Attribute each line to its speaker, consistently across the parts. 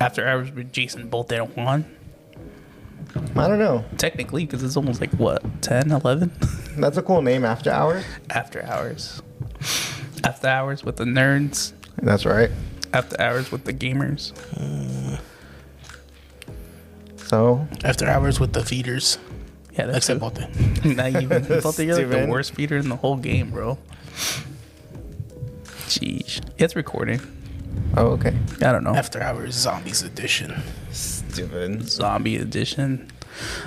Speaker 1: after hours with Jason Bolt there at 1?
Speaker 2: I don't know.
Speaker 1: Technically, because it's almost like what, 10, 11?
Speaker 2: That's a cool name. After hours.
Speaker 1: after hours. After hours with the nerds.
Speaker 2: That's right.
Speaker 1: After hours with the gamers.
Speaker 2: So
Speaker 3: After hours with the feeders.
Speaker 1: Yeah, that's
Speaker 3: Except
Speaker 1: it.
Speaker 3: Bolte.
Speaker 1: Not even. Both of you like the
Speaker 2: Steven.
Speaker 1: worst feeder in the whole game, bro. Jeez. It's recording.
Speaker 2: oh okay.
Speaker 1: I don't know.
Speaker 3: After hours zombies edition.
Speaker 2: Stupid.
Speaker 1: Zombie Edition.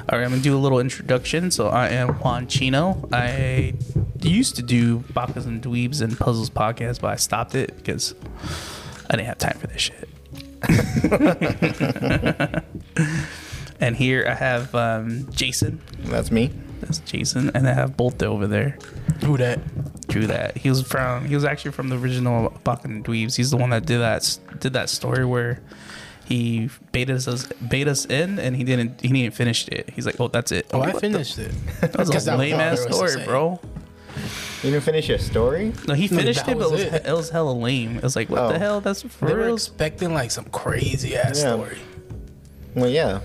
Speaker 1: All right, I'm gonna do a little introduction. So I am Juan Chino. I used to do Bakas and Dweebs and Puzzles podcast, but I stopped it because I didn't have time for this shit. and here I have um, Jason.
Speaker 2: That's me.
Speaker 1: That's Jason, and I have Bolte over there.
Speaker 3: Who that?
Speaker 1: Drew that he was from. He was actually from the original Bakken and Dweebs. He's the one that did that did that story where he bait us bait us in, and he didn't he didn't finish it. He's like, oh, that's it.
Speaker 3: Oh,
Speaker 1: I'm
Speaker 3: I
Speaker 1: like, what the-
Speaker 3: finished it.
Speaker 1: That was
Speaker 3: 'Cause
Speaker 1: a
Speaker 3: that was
Speaker 1: lame
Speaker 3: all
Speaker 1: ass
Speaker 3: there was to
Speaker 1: story,
Speaker 3: say.
Speaker 1: bro.
Speaker 2: You didn't finish your story.
Speaker 1: No, he
Speaker 3: No,
Speaker 1: finished
Speaker 3: that
Speaker 1: it, but it was,
Speaker 3: was
Speaker 1: it.
Speaker 3: it.
Speaker 1: was hella lame. It was like, what the
Speaker 2: Oh.
Speaker 1: hell? That's for
Speaker 3: They were
Speaker 1: real.
Speaker 3: expecting like some crazy ass
Speaker 2: Yeah.
Speaker 3: story.
Speaker 2: Well, yeah.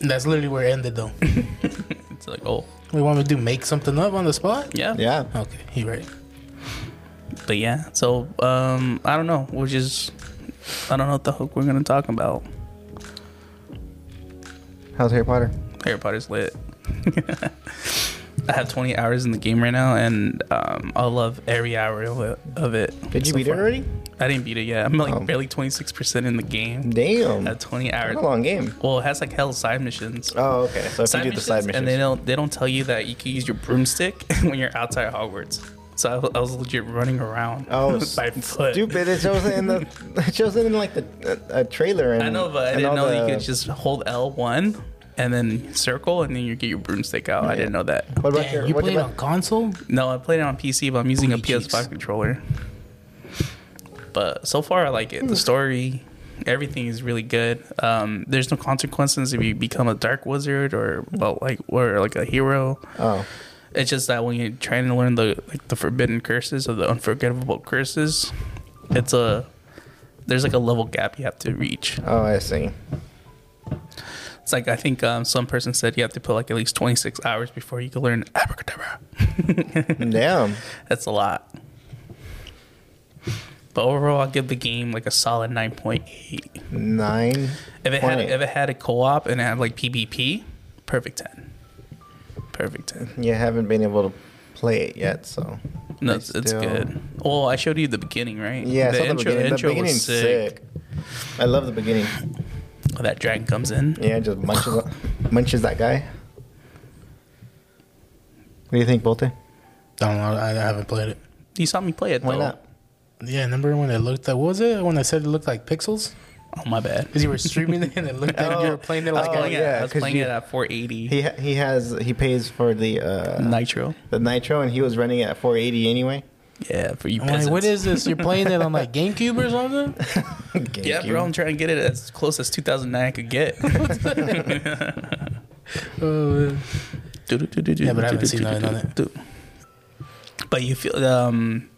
Speaker 3: And that's literally where it ended though.
Speaker 1: It's like, oh,
Speaker 3: we want me to do make something up on the spot?
Speaker 1: yeah,
Speaker 2: Yeah.
Speaker 3: Okay, you right.
Speaker 1: But yeah, so um, I don't know. We're just, I don't know what the hook we're gonna talk about.
Speaker 2: How's Harry Potter?
Speaker 1: Harry Potter's lit. I have 20 hours in the game right now, and um, I love every hour of it. Of it
Speaker 2: Did you
Speaker 1: so
Speaker 2: beat it
Speaker 1: far.
Speaker 2: already?
Speaker 1: I didn't beat it yet. I'm like
Speaker 2: Oh.
Speaker 1: barely 26% in the game.
Speaker 2: Damn.
Speaker 1: I have
Speaker 2: That's
Speaker 1: 20 hours.
Speaker 2: a long game.
Speaker 1: Well, it has like hell side missions.
Speaker 2: Oh okay. So if you do the side missions,
Speaker 1: and they don't they don't tell you that you can use your broomstick when you're outside Hogwarts. So I, I was legit running around
Speaker 2: Oh,
Speaker 1: by foot.
Speaker 2: stupid. It shows it in the. It shows it in like the a, a trailer. And,
Speaker 1: I know, but I
Speaker 2: and
Speaker 1: didn't
Speaker 2: all
Speaker 1: know that
Speaker 2: the-
Speaker 1: you could just hold L1 and then circle and then you get your broomstick out. I didn't know that.
Speaker 2: What about
Speaker 3: Damn,
Speaker 2: your?
Speaker 3: you
Speaker 2: what
Speaker 3: played
Speaker 2: about-
Speaker 3: on console?
Speaker 1: No, I played it on PC, but I'm using a
Speaker 3: Booty cheeks.
Speaker 1: PS5 controller. But so far, I like it. The story, everything is really good. Um, there's no consequences if you become a dark wizard or well, like or like a hero.
Speaker 2: oh,
Speaker 1: It's just that when you're trying to learn the like the forbidden curses or the unforgettable curses, it's a there's like a level gap you have to reach.
Speaker 2: oh, I see.
Speaker 1: It's like I think um, some person said you have to put like at least 26 hours before you can learn abracadabra.
Speaker 2: Damn.
Speaker 1: That's a lot. But overall, I'll give the game like a solid 9.8.
Speaker 2: Nine.
Speaker 1: If it had
Speaker 2: Point.
Speaker 1: if it had a co-op and it had like PvP, perfect 10. Perfect 10.
Speaker 2: You haven't been able to play it yet, so.
Speaker 1: No,
Speaker 2: I
Speaker 1: it's, it's
Speaker 2: still-
Speaker 1: good. Well, I showed you the beginning, right?
Speaker 2: Yeah,
Speaker 1: the
Speaker 2: so
Speaker 1: intro,
Speaker 2: the beginning,
Speaker 1: intro
Speaker 2: the beginning's
Speaker 1: was sick.
Speaker 2: sick. I love the beginning.
Speaker 1: Oh, that dragon comes in.
Speaker 2: Yeah, just munches munches that guy. What do you think, Bolte?
Speaker 3: I don't know. I, I haven't played it.
Speaker 1: You saw me play it though.
Speaker 2: Why not?
Speaker 3: Yeah, remember when it looked like what was it? When I said it looked like pixels?
Speaker 1: Oh my bad.
Speaker 3: Because you were streaming it and it looked like you were playing it
Speaker 2: Oh,
Speaker 3: like
Speaker 1: I was playing, it,
Speaker 2: yeah,
Speaker 1: I was
Speaker 2: 'cause
Speaker 1: playing
Speaker 2: you-
Speaker 1: it at 480
Speaker 2: He ha- he has he pays for the uh,
Speaker 1: nitro.
Speaker 2: the nitro, and he was running it at 480 anyway.
Speaker 1: Yeah, for you
Speaker 3: I'm like,
Speaker 1: peasants.
Speaker 3: what is this? You're playing it on like GameCube or something?
Speaker 1: Yeah,
Speaker 2: GameCube.
Speaker 1: bro, I'm trying to get it as close as 2009 I could get.
Speaker 3: Uh,
Speaker 1: Yeah,
Speaker 3: but I haven't seen nothing on it.
Speaker 1: But you feel um,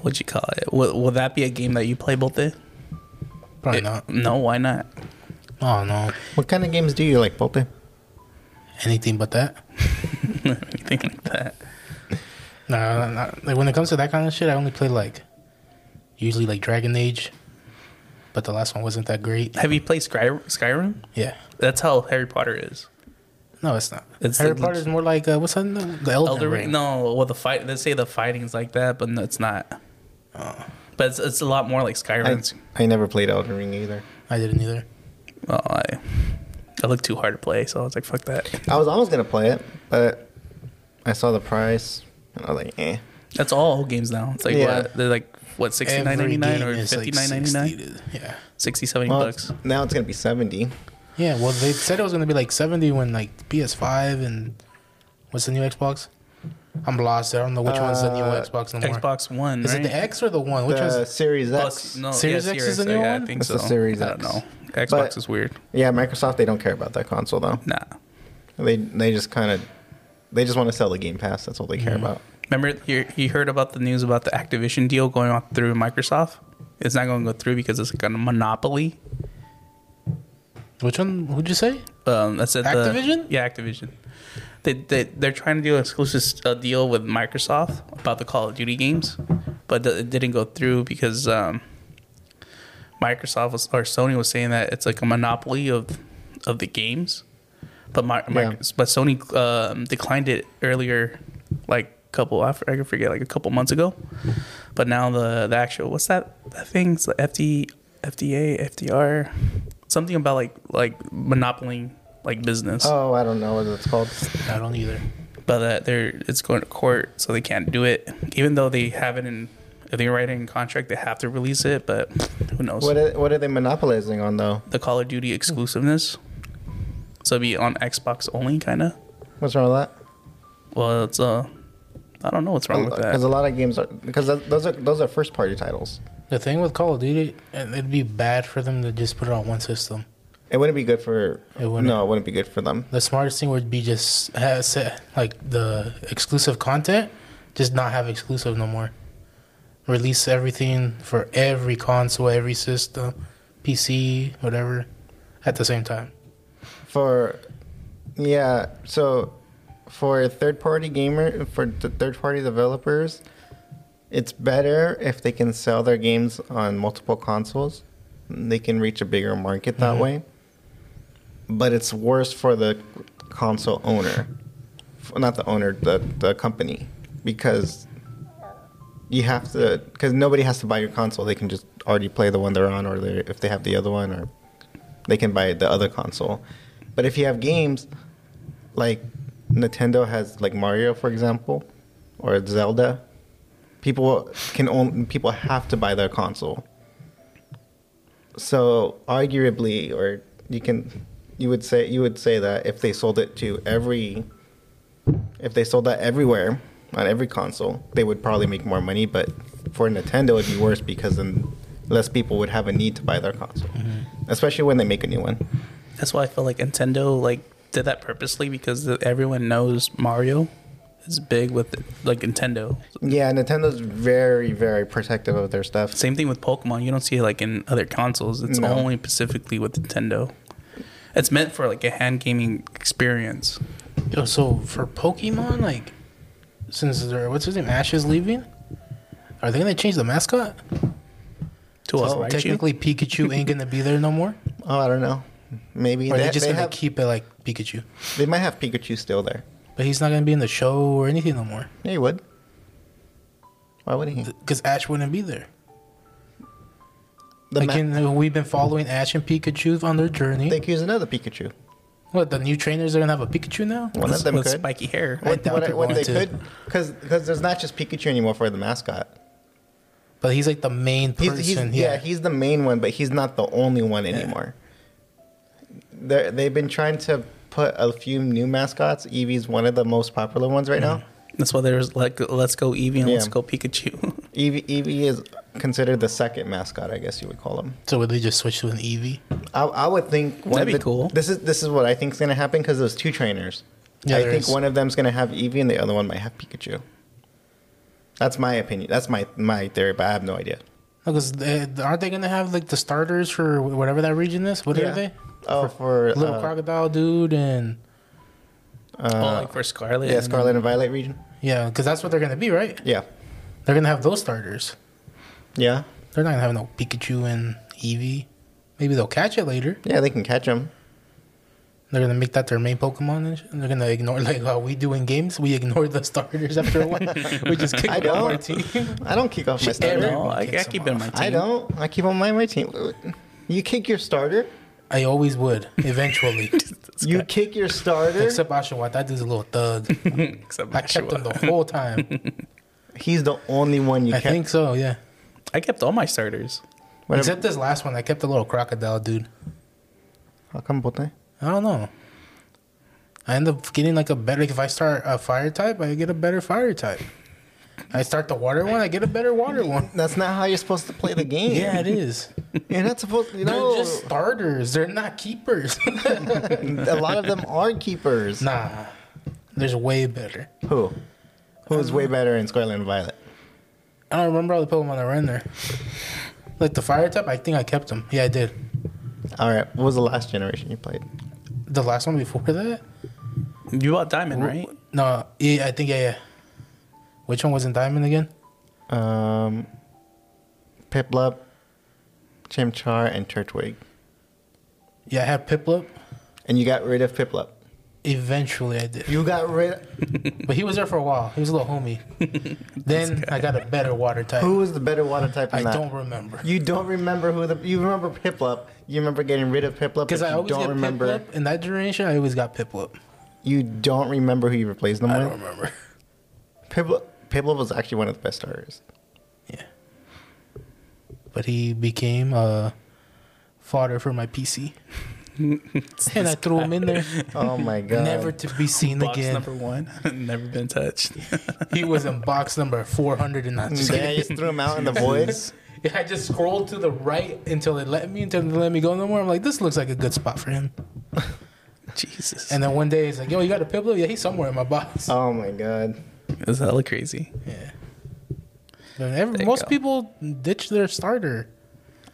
Speaker 1: what you call it? Will, will that be a game that you play both in?
Speaker 3: probably not.
Speaker 1: No, why not?
Speaker 3: Oh no,
Speaker 2: What kind of games do you like, Bolte?
Speaker 3: anything but that.
Speaker 1: Anything like that?
Speaker 3: No, no, no, no. like when it comes to that kind of shit, I only play like usually like Dragon Age, but the last one wasn't that great.
Speaker 1: Have you played Sky, Skyrim?
Speaker 3: Yeah,
Speaker 1: That's how Harry Potter is.
Speaker 3: no, it's not.
Speaker 1: It's
Speaker 3: Harry
Speaker 1: the-
Speaker 3: Potter is more like uh, what's that? The Elden,
Speaker 1: Elder
Speaker 3: Ring.
Speaker 1: Ring? No, well the fight. They say the fighting's like that, but no, it's not.
Speaker 3: Oh.
Speaker 1: But it's, it's a lot more like
Speaker 2: I,
Speaker 1: Skyrim.
Speaker 2: I never played Elden Ring either.
Speaker 3: I didn't either.
Speaker 1: Oh, I, I looked too hard to play, so I was like, fuck that.
Speaker 2: I was almost gonna play it, but I saw the price, and I was like, eh.
Speaker 1: That's all old games now. It's like
Speaker 2: Yeah.
Speaker 1: what they're like what sixty nine ninety
Speaker 3: Every
Speaker 1: nine
Speaker 3: game
Speaker 1: or
Speaker 3: is, like,
Speaker 1: fifty nine ninety nine,
Speaker 3: 60 to- Yeah.
Speaker 1: sixty seventy
Speaker 2: Well,
Speaker 1: bucks.
Speaker 2: now it's gonna be 70.
Speaker 3: Yeah, well, they said it was going to be like 70 when like PS5 and what's the new Xbox? I'm lost. I don't know which one's the new
Speaker 2: Uh,
Speaker 3: Xbox no more.
Speaker 1: Xbox One,
Speaker 3: Is
Speaker 1: right?
Speaker 3: it the X or the one? Which
Speaker 2: the
Speaker 3: one's
Speaker 2: Series X.
Speaker 1: Plus, no,
Speaker 3: Series
Speaker 1: yeah,
Speaker 3: X is the new
Speaker 1: yeah, I
Speaker 3: one?
Speaker 1: think
Speaker 2: That's
Speaker 1: so.
Speaker 2: the Series
Speaker 1: I don't
Speaker 2: X.
Speaker 1: know. Xbox
Speaker 2: But-
Speaker 1: is weird.
Speaker 2: Yeah, Microsoft they don't care about that console though.
Speaker 1: Nah.
Speaker 2: They they just kind of they just want to sell the Game Pass. That's all they
Speaker 1: Mm-hmm.
Speaker 2: care about.
Speaker 1: Remember, you, you heard about the news about the Activision deal going on through Microsoft. It's not going to go through because it's like a monopoly.
Speaker 3: Which one would you say?
Speaker 1: Um, that's at
Speaker 3: Activision?
Speaker 1: The, yeah, Activision. They they they're trying to do an exclusive uh, deal with Microsoft about the Call of Duty games, but th- it didn't go through because um, Microsoft was, or Sony was saying that it's like a monopoly of of the games, but my,
Speaker 2: Yeah.
Speaker 1: but Sony um, declined it earlier, like couple I f- I forget like a couple months ago, but now the the actual what's that that thing? It's the FD FDA FDR something about like like monopoly like business,
Speaker 2: Oh, I don't know what it's called.
Speaker 3: I don't either.
Speaker 1: but uh, they're it's going to court so they can't do it even though they have it in if they write it in contract they have to release it, but who knows?
Speaker 2: What are, what are they monopolizing on though?
Speaker 1: the Call of Duty exclusiveness. So it'd be on Xbox only, kind of.
Speaker 2: What's wrong with that?
Speaker 1: Well, it's uh, I don't know what's wrong with
Speaker 2: Because
Speaker 1: that.
Speaker 2: a lot of games are because th- those are those are first party titles.
Speaker 3: The thing with Call of Duty, it- it'd be bad for them to just put it on one system.
Speaker 2: It wouldn't be good for.
Speaker 3: It wouldn't.
Speaker 2: No, it wouldn't be good for them.
Speaker 3: The smartest thing would be just have set, like the exclusive content, just not have exclusive no more. Release everything for every console, every system, PC, whatever, at the same time.
Speaker 2: For yeah, so for third party gamer for the third party developers, it's better if they can sell their games on multiple consoles. They can reach a bigger market that way. But it's worse for the console owner, F- not the owner, the the company, because you have to because nobody has to buy your console. They can just already play the one they're on, or they if they have the other one, or they can buy the other console. But if you have games like Nintendo has like Mario, for example, or Zelda, people can only people have to buy their console. So arguably, or you can, you would say you would say that if they sold it to every, if they sold that everywhere on every console, they would probably make more money. But for Nintendo, it'd be worse because then less people would have a need to buy their console, especially when they make a new one.
Speaker 1: That's why I feel like Nintendo like did that purposely because the, everyone knows Mario is big with like Nintendo.
Speaker 2: Yeah, Nintendo's very very protective of their stuff.
Speaker 1: Same thing with Pokemon. You don't see it like in other consoles. It's
Speaker 2: No.
Speaker 1: only specifically with Nintendo. It's meant for like a hand gaming experience.
Speaker 3: Yo, so for Pokemon, like, since there, what's his name, Ash is leaving, are they gonna change the mascot?
Speaker 1: To us,
Speaker 3: So
Speaker 1: Raichu.
Speaker 3: technically, Pikachu ain't gonna be there no more.
Speaker 2: Oh, I don't know. Maybe
Speaker 3: Or are
Speaker 2: they,
Speaker 3: they just
Speaker 2: they
Speaker 3: gonna
Speaker 2: have-
Speaker 3: keep it like Pikachu?
Speaker 2: they might have Pikachu still there.
Speaker 3: But he's not gonna be in the show or anything no more
Speaker 2: Yeah, he would. Why would he?
Speaker 3: because Ash wouldn't be there.
Speaker 2: The ma-
Speaker 3: Again, we've been following Ash and Pikachu on their journey.
Speaker 2: they could use another Pikachu.
Speaker 3: what the new trainers are gonna have a Pikachu now?
Speaker 2: One
Speaker 1: with,
Speaker 2: of them
Speaker 1: with
Speaker 2: could.
Speaker 1: spiky hair.
Speaker 3: I
Speaker 2: What,
Speaker 3: doubt
Speaker 2: what,
Speaker 3: they're
Speaker 2: what
Speaker 3: going
Speaker 2: they
Speaker 3: to.
Speaker 2: could, because there's not just Pikachu anymore for the mascot.
Speaker 3: But he's like the main
Speaker 2: He's,
Speaker 3: person.
Speaker 2: he's yeah.
Speaker 3: yeah,
Speaker 2: he's the main one, but he's not the only one anymore. They're, they've been trying to put a few new mascots. Eevee's one of the most popular ones right
Speaker 3: Mm-hmm.
Speaker 2: now.
Speaker 1: That's why there's like let's go Eevee and
Speaker 2: Yeah. Uh,
Speaker 1: let's go Pikachu.
Speaker 2: Eevee, Eevee is considered the second mascot, I guess you would call him.
Speaker 3: so would they just switch to an Eevee?
Speaker 2: I, I would think one
Speaker 1: That'd
Speaker 2: of
Speaker 1: be
Speaker 2: the,
Speaker 1: cool.
Speaker 2: This is this is what I think is going to happen because there's two trainers.
Speaker 3: Yeah,
Speaker 2: I
Speaker 3: there
Speaker 2: think
Speaker 3: is.
Speaker 2: one of them's going to have Eevee and the other one might have Pikachu. That's my opinion. That's my my theory, but I have no idea.
Speaker 3: Because aren't they gonna have like the starters for wh- whatever that region is? What
Speaker 2: Yeah.
Speaker 3: are they?
Speaker 2: Oh, for
Speaker 3: Little
Speaker 2: uh,
Speaker 3: crocodile dude and
Speaker 1: oh, like for Scarlet.
Speaker 2: yeah,
Speaker 1: and-
Speaker 2: Scarlet and Violet region.
Speaker 3: yeah, because that's what they're gonna be, right?
Speaker 2: Yeah,
Speaker 3: They're gonna have those starters.
Speaker 2: yeah,
Speaker 3: They're not gonna have no Pikachu and Eevee. Maybe they'll catch it later.
Speaker 2: yeah. They can catch them.
Speaker 3: They're gonna make that their main Pokemon, and, sh- and they're gonna ignore like how we do in games. We ignore the starters after a while. we just kick
Speaker 2: I
Speaker 3: them off our
Speaker 2: don't.
Speaker 3: team.
Speaker 2: I don't kick off my
Speaker 3: Shit, Eric.
Speaker 2: starter.
Speaker 1: No, I, I
Speaker 3: Kicks
Speaker 1: keep it
Speaker 3: them
Speaker 1: in my team.
Speaker 2: I don't. I keep on my my team. You kick your starter.
Speaker 3: I always would eventually,
Speaker 2: You kick your starter.
Speaker 3: except Oshawa. That dude's a little thug.
Speaker 1: Except
Speaker 3: I kept
Speaker 1: Nashua.
Speaker 3: him the whole time.
Speaker 2: He's the only one you
Speaker 3: I
Speaker 2: kept.
Speaker 3: think so, yeah.
Speaker 1: I kept all my starters.
Speaker 2: What ab-
Speaker 3: Except this last one, I kept the little crocodile dude.
Speaker 2: How come Bote?
Speaker 3: I don't know. I end up getting like a better. Like if I start a fire type, I get a better fire type. I start the water one, I get a better water one.
Speaker 2: That's not how you're supposed to play the game.
Speaker 3: Yeah, it is.
Speaker 2: You're not supposed to.
Speaker 3: They're
Speaker 2: No,
Speaker 3: just starters. They're not keepers.
Speaker 2: a lot of them are keepers.
Speaker 3: nah, there's way better.
Speaker 2: Who? Who's
Speaker 3: Um,
Speaker 2: way better in Scarlet and Violet?
Speaker 3: I don't remember all the Pokemon that were in there. Like the fire type, I think I kept them. Yeah, I did.
Speaker 2: All right. What was the last generation you played?
Speaker 3: The last one before that?
Speaker 1: You bought Diamond, right?
Speaker 3: No, yeah, I think yeah, yeah. Which one was in Diamond again?
Speaker 2: Um, Piplup, Chimchar, and Turtwig.
Speaker 3: Yeah, I had Piplup.
Speaker 2: And you got rid of Piplup.
Speaker 3: Eventually, I did,
Speaker 2: You got rid.
Speaker 3: but he was there for a while. He was a little homie. then I got a better water type.
Speaker 2: Who was the better water type? In
Speaker 3: I
Speaker 2: that?
Speaker 3: don't remember
Speaker 2: You don't remember who the. You remember Piplup. You remember getting rid of Piplup.
Speaker 3: because
Speaker 2: but
Speaker 3: I
Speaker 2: you
Speaker 3: always
Speaker 2: don't
Speaker 3: get
Speaker 2: remember.
Speaker 3: Piplup in that generation. I always got Piplup.
Speaker 2: You don't remember who you replaced them
Speaker 3: I don't
Speaker 2: with.
Speaker 3: remember.
Speaker 2: Piplup. Piplup was actually one of the best starters.
Speaker 3: Yeah, but he became uh, fodder for my PC, and I threw him in there,
Speaker 2: Oh my god.
Speaker 3: never to be seen
Speaker 1: Box
Speaker 3: again.
Speaker 1: number one, never been touched.
Speaker 3: He was in box number 400 and not just
Speaker 2: Yeah, you just threw him out in the void.
Speaker 3: Yeah, I just scrolled to the right until it let me, until it let me go no more. I'm like, this looks like a good spot for him.
Speaker 1: Jesus,
Speaker 3: And then one day it's like, yo, you got a Piplup? Yeah, he's somewhere in my box.
Speaker 2: Oh my god.
Speaker 1: it's hella crazy.
Speaker 3: yeah. But every-
Speaker 1: There you
Speaker 3: most
Speaker 1: go.
Speaker 3: people ditch their starter.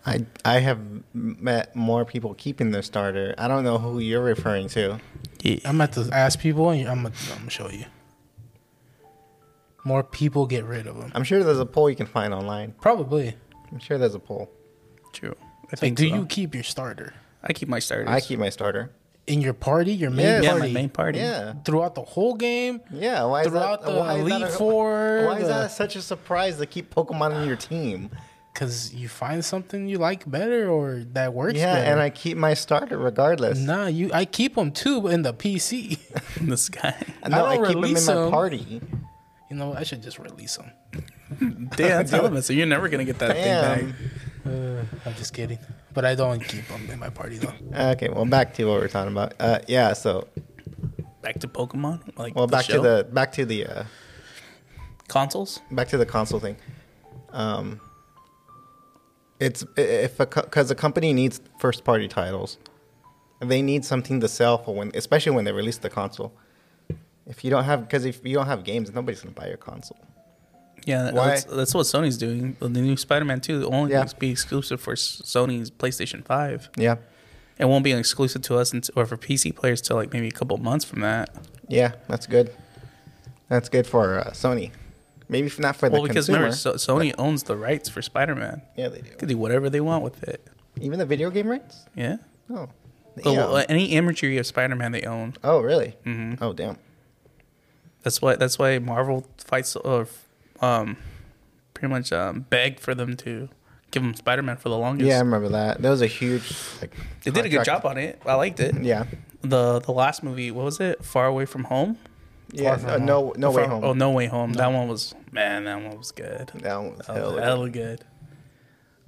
Speaker 2: I I have met more people keeping their starter. I don't know who you're referring to.
Speaker 1: Yeah.
Speaker 3: I'm at to ask people, and I'm gonna I'm gonna show you. More people get rid of them.
Speaker 2: I'm sure there's a poll you can find online.
Speaker 3: Probably.
Speaker 2: I'm sure there's a poll.
Speaker 1: True. I
Speaker 3: Like,
Speaker 1: think.
Speaker 3: do
Speaker 1: so.
Speaker 3: you keep your starter
Speaker 1: I keep my starters.
Speaker 2: I keep my starter.
Speaker 3: in your party, your main
Speaker 2: Yeah,
Speaker 1: yeah,
Speaker 3: party,
Speaker 1: my main party.
Speaker 2: Yeah.
Speaker 3: throughout the whole game,
Speaker 2: Yeah. Why is
Speaker 3: throughout
Speaker 2: that?
Speaker 3: the
Speaker 2: why is that
Speaker 3: Elite
Speaker 2: a-
Speaker 3: Four?
Speaker 2: Why is that such a surprise to keep Pokemon on your team?
Speaker 3: Because you find something you like better or that works
Speaker 2: Yeah,
Speaker 3: better.
Speaker 2: and I keep my starter regardless.
Speaker 3: Nah, you. I keep them too, but in the PC.
Speaker 1: This guy.
Speaker 2: No,
Speaker 3: I
Speaker 2: I,
Speaker 3: don't
Speaker 2: keep him in
Speaker 3: release
Speaker 2: my
Speaker 3: him.
Speaker 2: party.
Speaker 3: you know, what, I should just release them.
Speaker 1: Damn, tell him. So you're never gonna get that thing
Speaker 2: Damn.
Speaker 1: back.
Speaker 3: Uh, I'm just kidding, but I don't keep them in my party though.
Speaker 2: Okay, well, back to what we we're talking about. Uh, yeah, so
Speaker 1: Back to Pokemon. Like
Speaker 2: well,
Speaker 1: the
Speaker 2: back to
Speaker 1: show?
Speaker 2: the back to the uh,
Speaker 1: consoles.
Speaker 2: back to the console thing. Um, it's i- if because a, company needs first party titles, they need something to sell for when, especially when they release the console. If you don't have, because if you don't have games, nobody's gonna buy your console.
Speaker 1: Yeah,
Speaker 2: Why?
Speaker 1: That's, that's what Sony's doing. The new Spider-Man 2 will only
Speaker 2: Yeah.
Speaker 1: be exclusive for S- Sony's PlayStation 5.
Speaker 2: Yeah,
Speaker 1: It won't be exclusive to us until, or for PC players till like maybe a couple months from that.
Speaker 2: yeah, that's good. That's good for uh, Sony. Maybe f- not for the
Speaker 1: well, because
Speaker 2: consumer.
Speaker 1: remember, so, Sony owns the rights for Spider-Man.
Speaker 2: yeah, they do.
Speaker 1: They can do whatever they want with it.
Speaker 2: Even the video game rights.
Speaker 1: Yeah.
Speaker 2: Oh,
Speaker 1: So,
Speaker 2: damn.
Speaker 1: uh, any imagery of Spider-Man they own.
Speaker 2: oh, really?
Speaker 1: Mhm.
Speaker 2: Oh, damn.
Speaker 1: That's why. That's why Marvel fights or, um, pretty much um, begged for them to give them Spider-Man for the longest.
Speaker 2: Yeah, I remember that. That was a huge. Like,
Speaker 1: they did a good job on it. I liked it.
Speaker 2: Yeah.
Speaker 1: the The last movie, what was it? Far away from home.
Speaker 2: Yeah.
Speaker 3: from
Speaker 2: No,
Speaker 3: home.
Speaker 2: no, no way
Speaker 1: Far-
Speaker 2: home.
Speaker 1: Oh, no way home. That one was man. That one was good.
Speaker 2: That one was
Speaker 1: That was
Speaker 2: hella
Speaker 1: hella,
Speaker 2: good.
Speaker 1: good.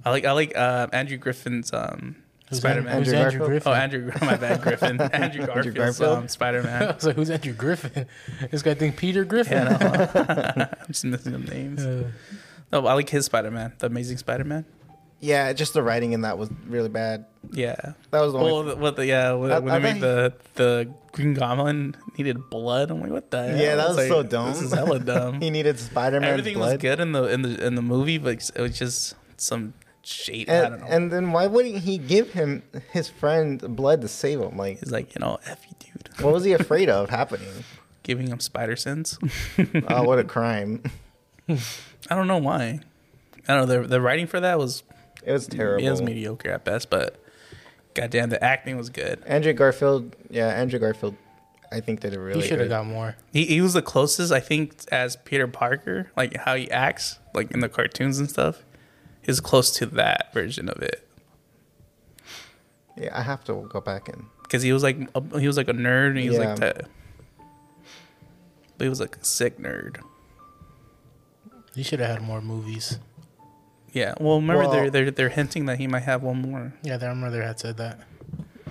Speaker 1: I like I like uh, Andrew Griffin's um,
Speaker 3: Who's
Speaker 1: Spider
Speaker 3: An-
Speaker 1: Man.
Speaker 2: Andrew
Speaker 3: Who's Andrew
Speaker 2: Garfield?
Speaker 3: Griffin?
Speaker 1: Oh, Andrew, my bad, Griffin. Andrew Garfield's
Speaker 2: Garfield?
Speaker 1: um, Spider
Speaker 3: I
Speaker 1: Man.
Speaker 3: was like, who's Andrew Griffin? This guy think Peter Griffin.
Speaker 1: Yeah, no. I'm just missing them names.
Speaker 3: Uh,
Speaker 1: No, but I like his Spider Man, the Amazing Spider Man.
Speaker 2: Yeah, just the writing in that was really bad.
Speaker 1: Yeah.
Speaker 2: That was the only.
Speaker 1: Well, the- what the yeah when,
Speaker 2: I-
Speaker 1: when
Speaker 2: I
Speaker 1: they made the
Speaker 2: think-
Speaker 1: the Green Goblin needed blood, I'm like, what the? hell?
Speaker 2: yeah,
Speaker 1: It's
Speaker 2: that was
Speaker 1: like,
Speaker 2: so dumb.
Speaker 1: This is hella dumb.
Speaker 2: he needed Spider Man
Speaker 1: Everything
Speaker 2: blood.
Speaker 1: was good in the in the in the movie, but it was just some shade. I
Speaker 2: And,
Speaker 1: don't know.
Speaker 2: and then why wouldn't he give him his friend blood to save him? Like,
Speaker 1: He's like, you know, f you, dude,
Speaker 2: what was he afraid of happening?
Speaker 1: giving him spider sense.
Speaker 2: Oh, what a crime!
Speaker 1: I don't know why. I don't know. The the writing for that was
Speaker 2: It was terrible.
Speaker 1: it was mediocre at best, but goddamn, the acting was good.
Speaker 2: Andrew Garfield. Yeah, Andrew Garfield. I think did a really.
Speaker 3: he should have
Speaker 2: good-
Speaker 3: got more.
Speaker 1: He he was the closest I think as Peter Parker, like how he acts, like in the cartoons and stuff. Is close to that version of it.
Speaker 2: Yeah, I have to go back and.
Speaker 1: because he was like a, he was like a nerd and he was like
Speaker 2: Yeah.
Speaker 1: that but he was like a sick nerd
Speaker 3: He should have had more movies.
Speaker 1: yeah well remember they're,
Speaker 2: Well-
Speaker 1: they're they're hinting that he might have one more
Speaker 3: Yeah, I remember they had said that.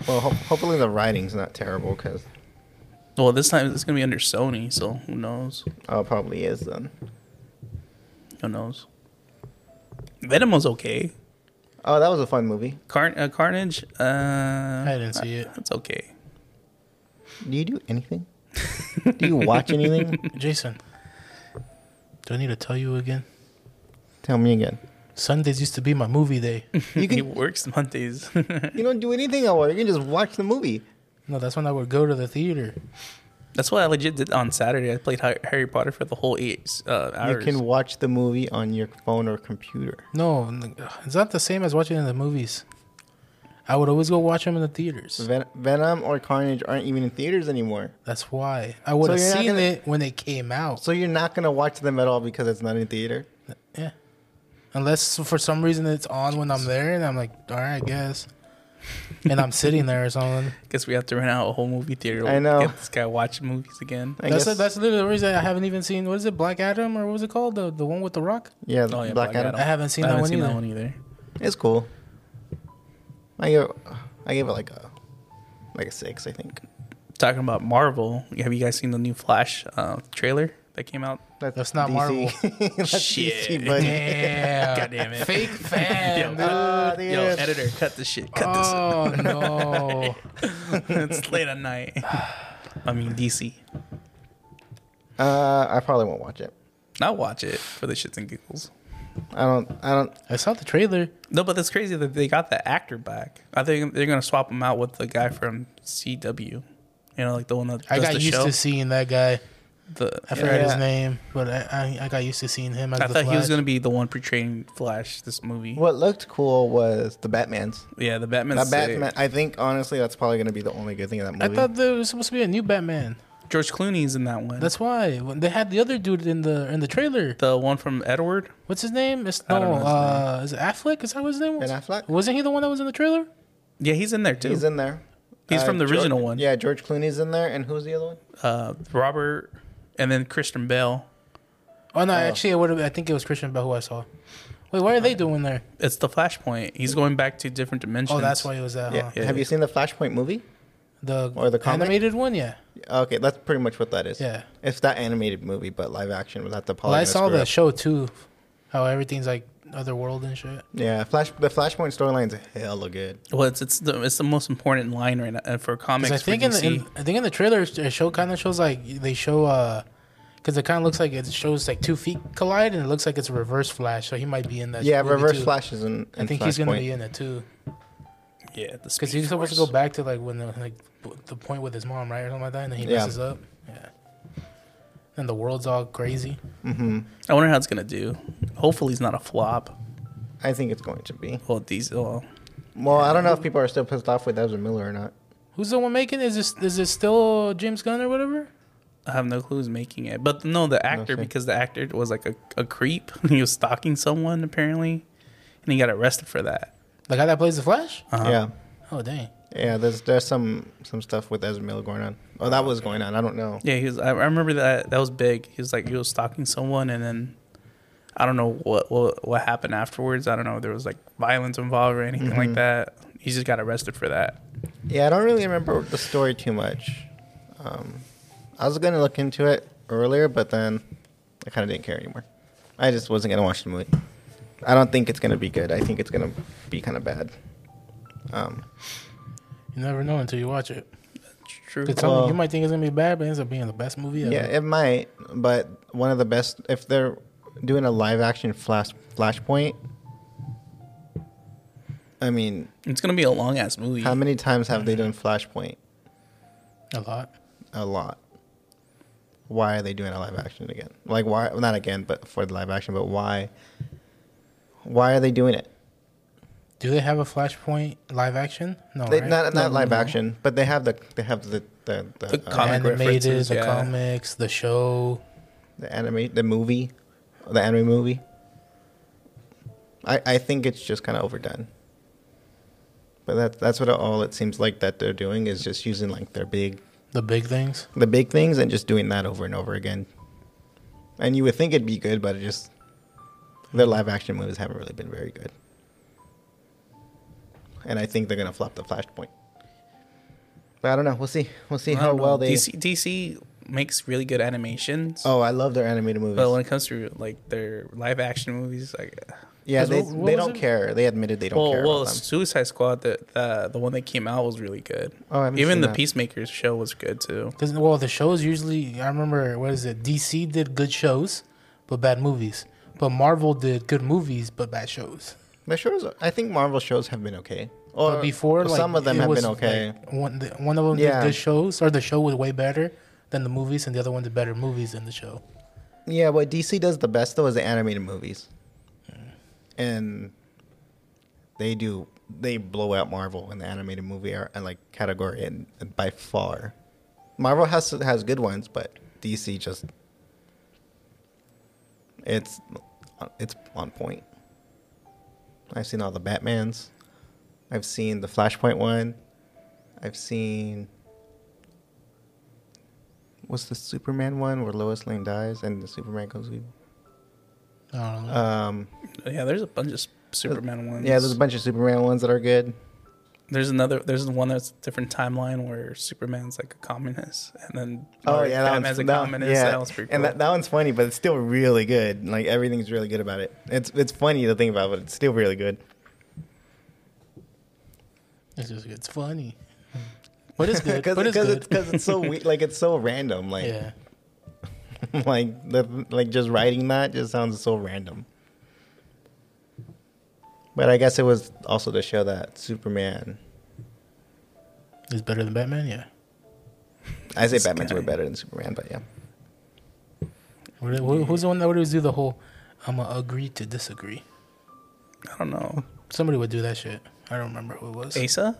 Speaker 2: Well, ho- hopefully the writing's not terrible because
Speaker 1: well this time it's gonna be under sony so who knows
Speaker 2: oh, it probably is then.
Speaker 1: who knows venom was okay
Speaker 2: Oh, that was a fun movie.
Speaker 1: Carn- uh, carnage uh i
Speaker 3: didn't see it.
Speaker 1: it's okay
Speaker 2: Do you do anything? do you watch anything?
Speaker 3: Jason, do I need to tell you again?
Speaker 2: Tell me again.
Speaker 3: Sundays used to be my movie day.
Speaker 2: You
Speaker 1: he
Speaker 2: can
Speaker 1: works Mondays.
Speaker 2: you don't do anything at work. You can just watch the movie.
Speaker 3: No, that's when I would go to the theater.
Speaker 1: That's what I legit did on Saturday. I played Har- Harry Potter for the whole eight uh, hours.
Speaker 2: You can watch the movie on your phone or computer.
Speaker 3: No, n- it's not the same as watching it in the movies. I would always go watch them in the theaters.
Speaker 2: Ven- Venom or Carnage aren't even in theaters anymore.
Speaker 3: That's why I would have
Speaker 2: you're not
Speaker 3: seen
Speaker 2: gonna-
Speaker 3: it when it came out.
Speaker 2: So you're not gonna watch them at all because it's not in theater.
Speaker 3: Yeah, unless for some reason it's on when I'm there, and I'm like, all right, I guess. And I'm sitting there or something.
Speaker 1: Guess we have to rent out a whole movie theater.
Speaker 2: I know.
Speaker 1: Get this guy watching movies again.
Speaker 2: I
Speaker 3: that's
Speaker 2: guess,
Speaker 3: that's literally the reason I haven't even seen. What is it, Black Adam, or what was it called? The the one with the Rock.
Speaker 2: yeah,
Speaker 1: Oh, yeah,
Speaker 2: Black, Adam.
Speaker 3: I haven't seen
Speaker 1: I
Speaker 3: that
Speaker 1: haven't
Speaker 3: one
Speaker 1: seen
Speaker 3: either.
Speaker 1: that one either.
Speaker 2: It's cool. I give I give it like a like a six, I think.
Speaker 1: Talking about Marvel, have you guys seen the new Flash uh, trailer that came out?
Speaker 3: That's not Marvel.
Speaker 2: That's
Speaker 1: Shit.
Speaker 2: DC, buddy.
Speaker 3: Yeah,
Speaker 1: God damn it.
Speaker 3: fake fan.
Speaker 1: Yo,
Speaker 2: Ah,
Speaker 1: Yo,
Speaker 2: dude.
Speaker 1: editor, cut this shit. Cut
Speaker 3: Oh no.
Speaker 1: this. it's late at night. I mean DC.
Speaker 2: Uh, I probably won't watch it.
Speaker 1: I'll watch it for the shits and giggles.
Speaker 2: I don't. I don't.
Speaker 3: I saw the trailer.
Speaker 1: No, but that's crazy that they got the actor back. I think they're gonna swap him out with the guy from CW. You know, like the one that does
Speaker 3: I got
Speaker 1: the
Speaker 3: used
Speaker 1: show.
Speaker 3: to seeing that guy.
Speaker 1: the, yeah.
Speaker 3: I forgot
Speaker 2: Yeah.
Speaker 3: his name, but I, I I got used to seeing him. As
Speaker 1: I
Speaker 3: the
Speaker 1: thought he was
Speaker 3: Flash.
Speaker 1: gonna be the one portraying Flash this movie.
Speaker 2: What looked cool was the Batman's.
Speaker 1: Yeah, the Batman's
Speaker 2: That
Speaker 1: sick.
Speaker 2: Batman. I think honestly, that's probably gonna be the only good thing in that
Speaker 3: I
Speaker 2: movie.
Speaker 3: thought there was supposed to be a new Batman.
Speaker 1: George Clooney's in that one.
Speaker 3: That's why when they had the other dude in the in the trailer.
Speaker 1: the one from Edward.
Speaker 3: What's his name? It's
Speaker 1: I don't
Speaker 3: no,
Speaker 1: know his
Speaker 3: uh, is it Affleck? Is that what his name was?
Speaker 2: Ben Affleck?
Speaker 3: Wasn't he the one that was in the trailer?
Speaker 1: Yeah, he's in there too.
Speaker 2: He's in there. Uh,
Speaker 1: He's from the
Speaker 2: George-
Speaker 1: original one.
Speaker 2: Yeah, George Clooney's in there, and who's the other one?
Speaker 1: uh, Robert, and then Christian Bale.
Speaker 3: Oh no, actually, it would have. I think it was Christian Bale who I saw. Wait, what are they doing there?
Speaker 1: It's the Flashpoint. He's going back to different dimensions.
Speaker 3: Oh, that's why it was that.
Speaker 2: Yeah.
Speaker 3: Huh?
Speaker 1: Yeah.
Speaker 2: Have you seen the Flashpoint movie?
Speaker 3: The
Speaker 2: Or the comic?
Speaker 3: animated one, yeah.
Speaker 2: Okay, that's pretty much what that is.
Speaker 3: Yeah.
Speaker 2: It's that animated movie, but live action without the.
Speaker 3: Well, I saw the show too, how everything's like otherworld and shit.
Speaker 2: Yeah, Flash. The Flashpoint storyline's hella good.
Speaker 1: Well, it's it's the it's the most important line right now uh, for comics.
Speaker 3: 'Cause I think
Speaker 1: for
Speaker 3: in,
Speaker 1: DC.
Speaker 3: the, in I think in the trailer it show kind of shows like they show uh because it kind of looks like it shows like two feet collide and it looks like it's a reverse flash so he might be in that
Speaker 2: Yeah,
Speaker 3: movie
Speaker 2: Reverse
Speaker 3: too.
Speaker 2: Flash is in.
Speaker 3: I think he's gonna be in it too
Speaker 1: yeah, the
Speaker 3: because
Speaker 1: Speed
Speaker 3: he's supposed to go
Speaker 1: Force.
Speaker 3: back to like when the, like b- the point with his mom right or something like that and then he
Speaker 2: Yeah.
Speaker 3: messes up yeah and the world's all crazy
Speaker 2: hmm
Speaker 1: I wonder how it's gonna do. Hopefully, he's not a flop.
Speaker 2: I think it's going to be.
Speaker 1: Well, Diesel. Well,
Speaker 2: Well, I don't know if people are still pissed off with Ezra Miller or not.
Speaker 3: who's the one making it? is this is it still James Gunn or whatever
Speaker 1: I have no clue who's making it, but no, the actor
Speaker 2: sure.
Speaker 1: because the actor was like a, a creep. he was stalking someone apparently, and he got arrested for that.
Speaker 3: the guy that plays the Flash
Speaker 1: Uh-huh.
Speaker 2: Yeah,
Speaker 3: oh dang
Speaker 2: yeah. There's there's some some stuff with Ezra Miller going on. Oh, that was going on. I don't know.
Speaker 1: Yeah, he was. I I remember that. That was big. He was like he was stalking someone, and then I don't know what what, what happened afterwards. I don't know. if There was like violence involved or anything like that. He just got arrested for that.
Speaker 2: Yeah, I don't really remember the story too much. Um, I was gonna look into it earlier, but then I kind of didn't care anymore. I just wasn't gonna watch the movie. I don't think it's gonna be good. I think it's gonna be kind of bad. Um,
Speaker 3: you never know until you watch it
Speaker 1: True.
Speaker 3: It's something
Speaker 2: Well-
Speaker 3: you might think it's gonna be bad but it ends up being the best movie ever
Speaker 2: uh, yeah, it might, but one of the best if they're doing a live action flash flashpoint. I mean,
Speaker 1: It's gonna be a long ass movie.
Speaker 2: how many times have they done flashpoint?
Speaker 3: a lot
Speaker 2: a lot. Why are they doing a live action again? Like why well, not again, but for the live action, but why why are they doing it?
Speaker 3: Do they have a Flashpoint live action? No,
Speaker 2: They,
Speaker 3: right?
Speaker 2: Not
Speaker 3: No,
Speaker 2: not
Speaker 3: no,
Speaker 2: live
Speaker 3: no.
Speaker 2: action, but they have the they have the the, the,
Speaker 1: The
Speaker 2: uh,
Speaker 1: comic
Speaker 3: animated,
Speaker 1: references,
Speaker 3: the
Speaker 1: yeah.
Speaker 3: comics, the show.
Speaker 2: the anime the movie, the anime movie. I I think it's just kind of overdone. But that that's what all it seems like that they're doing is just using like their big
Speaker 3: The big things.
Speaker 2: the big things and just doing that over and over again. And you would think it'd be good, but it just their live action movies haven't really been very good. And I think they're gonna flop the Flashpoint. But I don't know. We'll see. We'll see
Speaker 1: I
Speaker 2: how
Speaker 1: don't know.
Speaker 2: well they.
Speaker 1: DC DC makes really good animations.
Speaker 2: Oh, I love their animated movies.
Speaker 1: But when it comes to like their live action movies, like
Speaker 2: yeah,
Speaker 3: 'cause
Speaker 2: they,
Speaker 3: what- what
Speaker 2: they
Speaker 3: was
Speaker 2: don't
Speaker 3: it?
Speaker 2: care. They admitted they don't
Speaker 1: well,
Speaker 2: care.
Speaker 1: well,
Speaker 2: about them.
Speaker 1: Suicide Squad, the, the the one that came out was really good.
Speaker 2: Oh, I haven't
Speaker 1: even
Speaker 2: seen
Speaker 1: the
Speaker 2: that.
Speaker 1: Peacemakers show was good too.
Speaker 3: Because well, the shows usually. I remember what is it? DC did good shows, but bad movies. But Marvel did good movies but bad shows.
Speaker 2: The shows, I think Marvel shows have been okay. Or
Speaker 3: but before, like,
Speaker 2: some of them
Speaker 3: it
Speaker 2: have
Speaker 3: was,
Speaker 2: been okay.
Speaker 3: like, one, the, one of them
Speaker 2: Yeah.
Speaker 3: did good shows, or the show was way better than the movies, and the other one did better movies than the show.
Speaker 2: yeah, what DC does the best though is the animated movies, and they do they blow out Marvel in the animated movie ar- and like category and, and by far. Marvel has has good ones, but DC just it's it's on point. I've seen all the Batmans. I've seen the Flashpoint one. I've seen what's the Superman one where Lois Lane dies and the Superman goes.
Speaker 3: I don't know.
Speaker 2: Um,
Speaker 1: Yeah, there's a bunch of s- Superman ones.
Speaker 2: yeah, there's a bunch of Superman ones that are good.
Speaker 1: There's another. There's one that's a different timeline where Superman's like a communist, and then
Speaker 2: Oh
Speaker 1: or
Speaker 2: yeah, that
Speaker 1: Batman's
Speaker 2: one's,
Speaker 1: a
Speaker 2: that-
Speaker 1: communist.
Speaker 2: yeah.
Speaker 1: That was pretty cool.
Speaker 2: And that, that one's funny, but it's still really good. Like everything's really good about it. It's it's funny to think about, but it's still really good.
Speaker 3: it's just it's funny. But it's good.
Speaker 2: because
Speaker 3: but it's good.
Speaker 2: it's, 'cause it's so we- like it's so random. Like
Speaker 3: yeah.
Speaker 2: like the, like just writing that just sounds so random. But I guess it was also to show that Superman.
Speaker 3: It's better than Batman, yeah.
Speaker 2: I say
Speaker 1: This
Speaker 2: Batman's
Speaker 1: guy.
Speaker 2: way better than Superman, but yeah.
Speaker 3: Who- who- Who's the one that would always do the whole I'm gonna agree to disagree?
Speaker 1: I don't know.
Speaker 3: Somebody would do that shit. I don't remember who it was.
Speaker 1: Asa?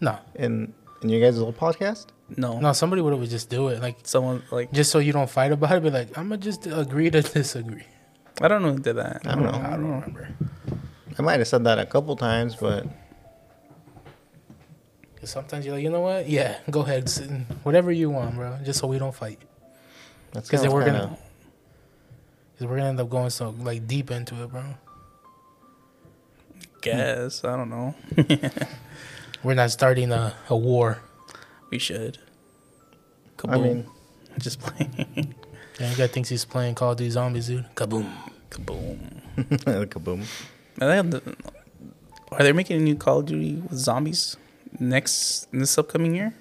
Speaker 3: No,
Speaker 2: And and you guys' little podcast.
Speaker 1: No.
Speaker 3: no, somebody would always just do it, like
Speaker 1: Someone like
Speaker 3: just so you don't fight about it. Be like, I'm gonna just agree to disagree.
Speaker 1: I don't know who did that.
Speaker 2: I don't know. Hmm.
Speaker 3: I don't remember.
Speaker 2: I might have said that a couple times, but
Speaker 3: 'Cause sometimes you're like, you know what? Yeah, go ahead, sit and- whatever you want, bro. Just so we don't fight,
Speaker 2: that's
Speaker 3: because
Speaker 2: kind
Speaker 3: then
Speaker 2: of
Speaker 3: we're gonna, because we're gonna end up going so like deep into it, bro.
Speaker 1: Guess I don't know.
Speaker 3: We're not starting a, a war.
Speaker 1: We should. Kaboom.
Speaker 2: I mean,
Speaker 1: just playing.
Speaker 3: Yeah, the guy thinks he's playing Call of Duty Zombies, dude. Kaboom.
Speaker 1: Kaboom.
Speaker 2: kaboom.
Speaker 1: Are they, on the- are they making a new Call of Duty with zombies next in this upcoming year?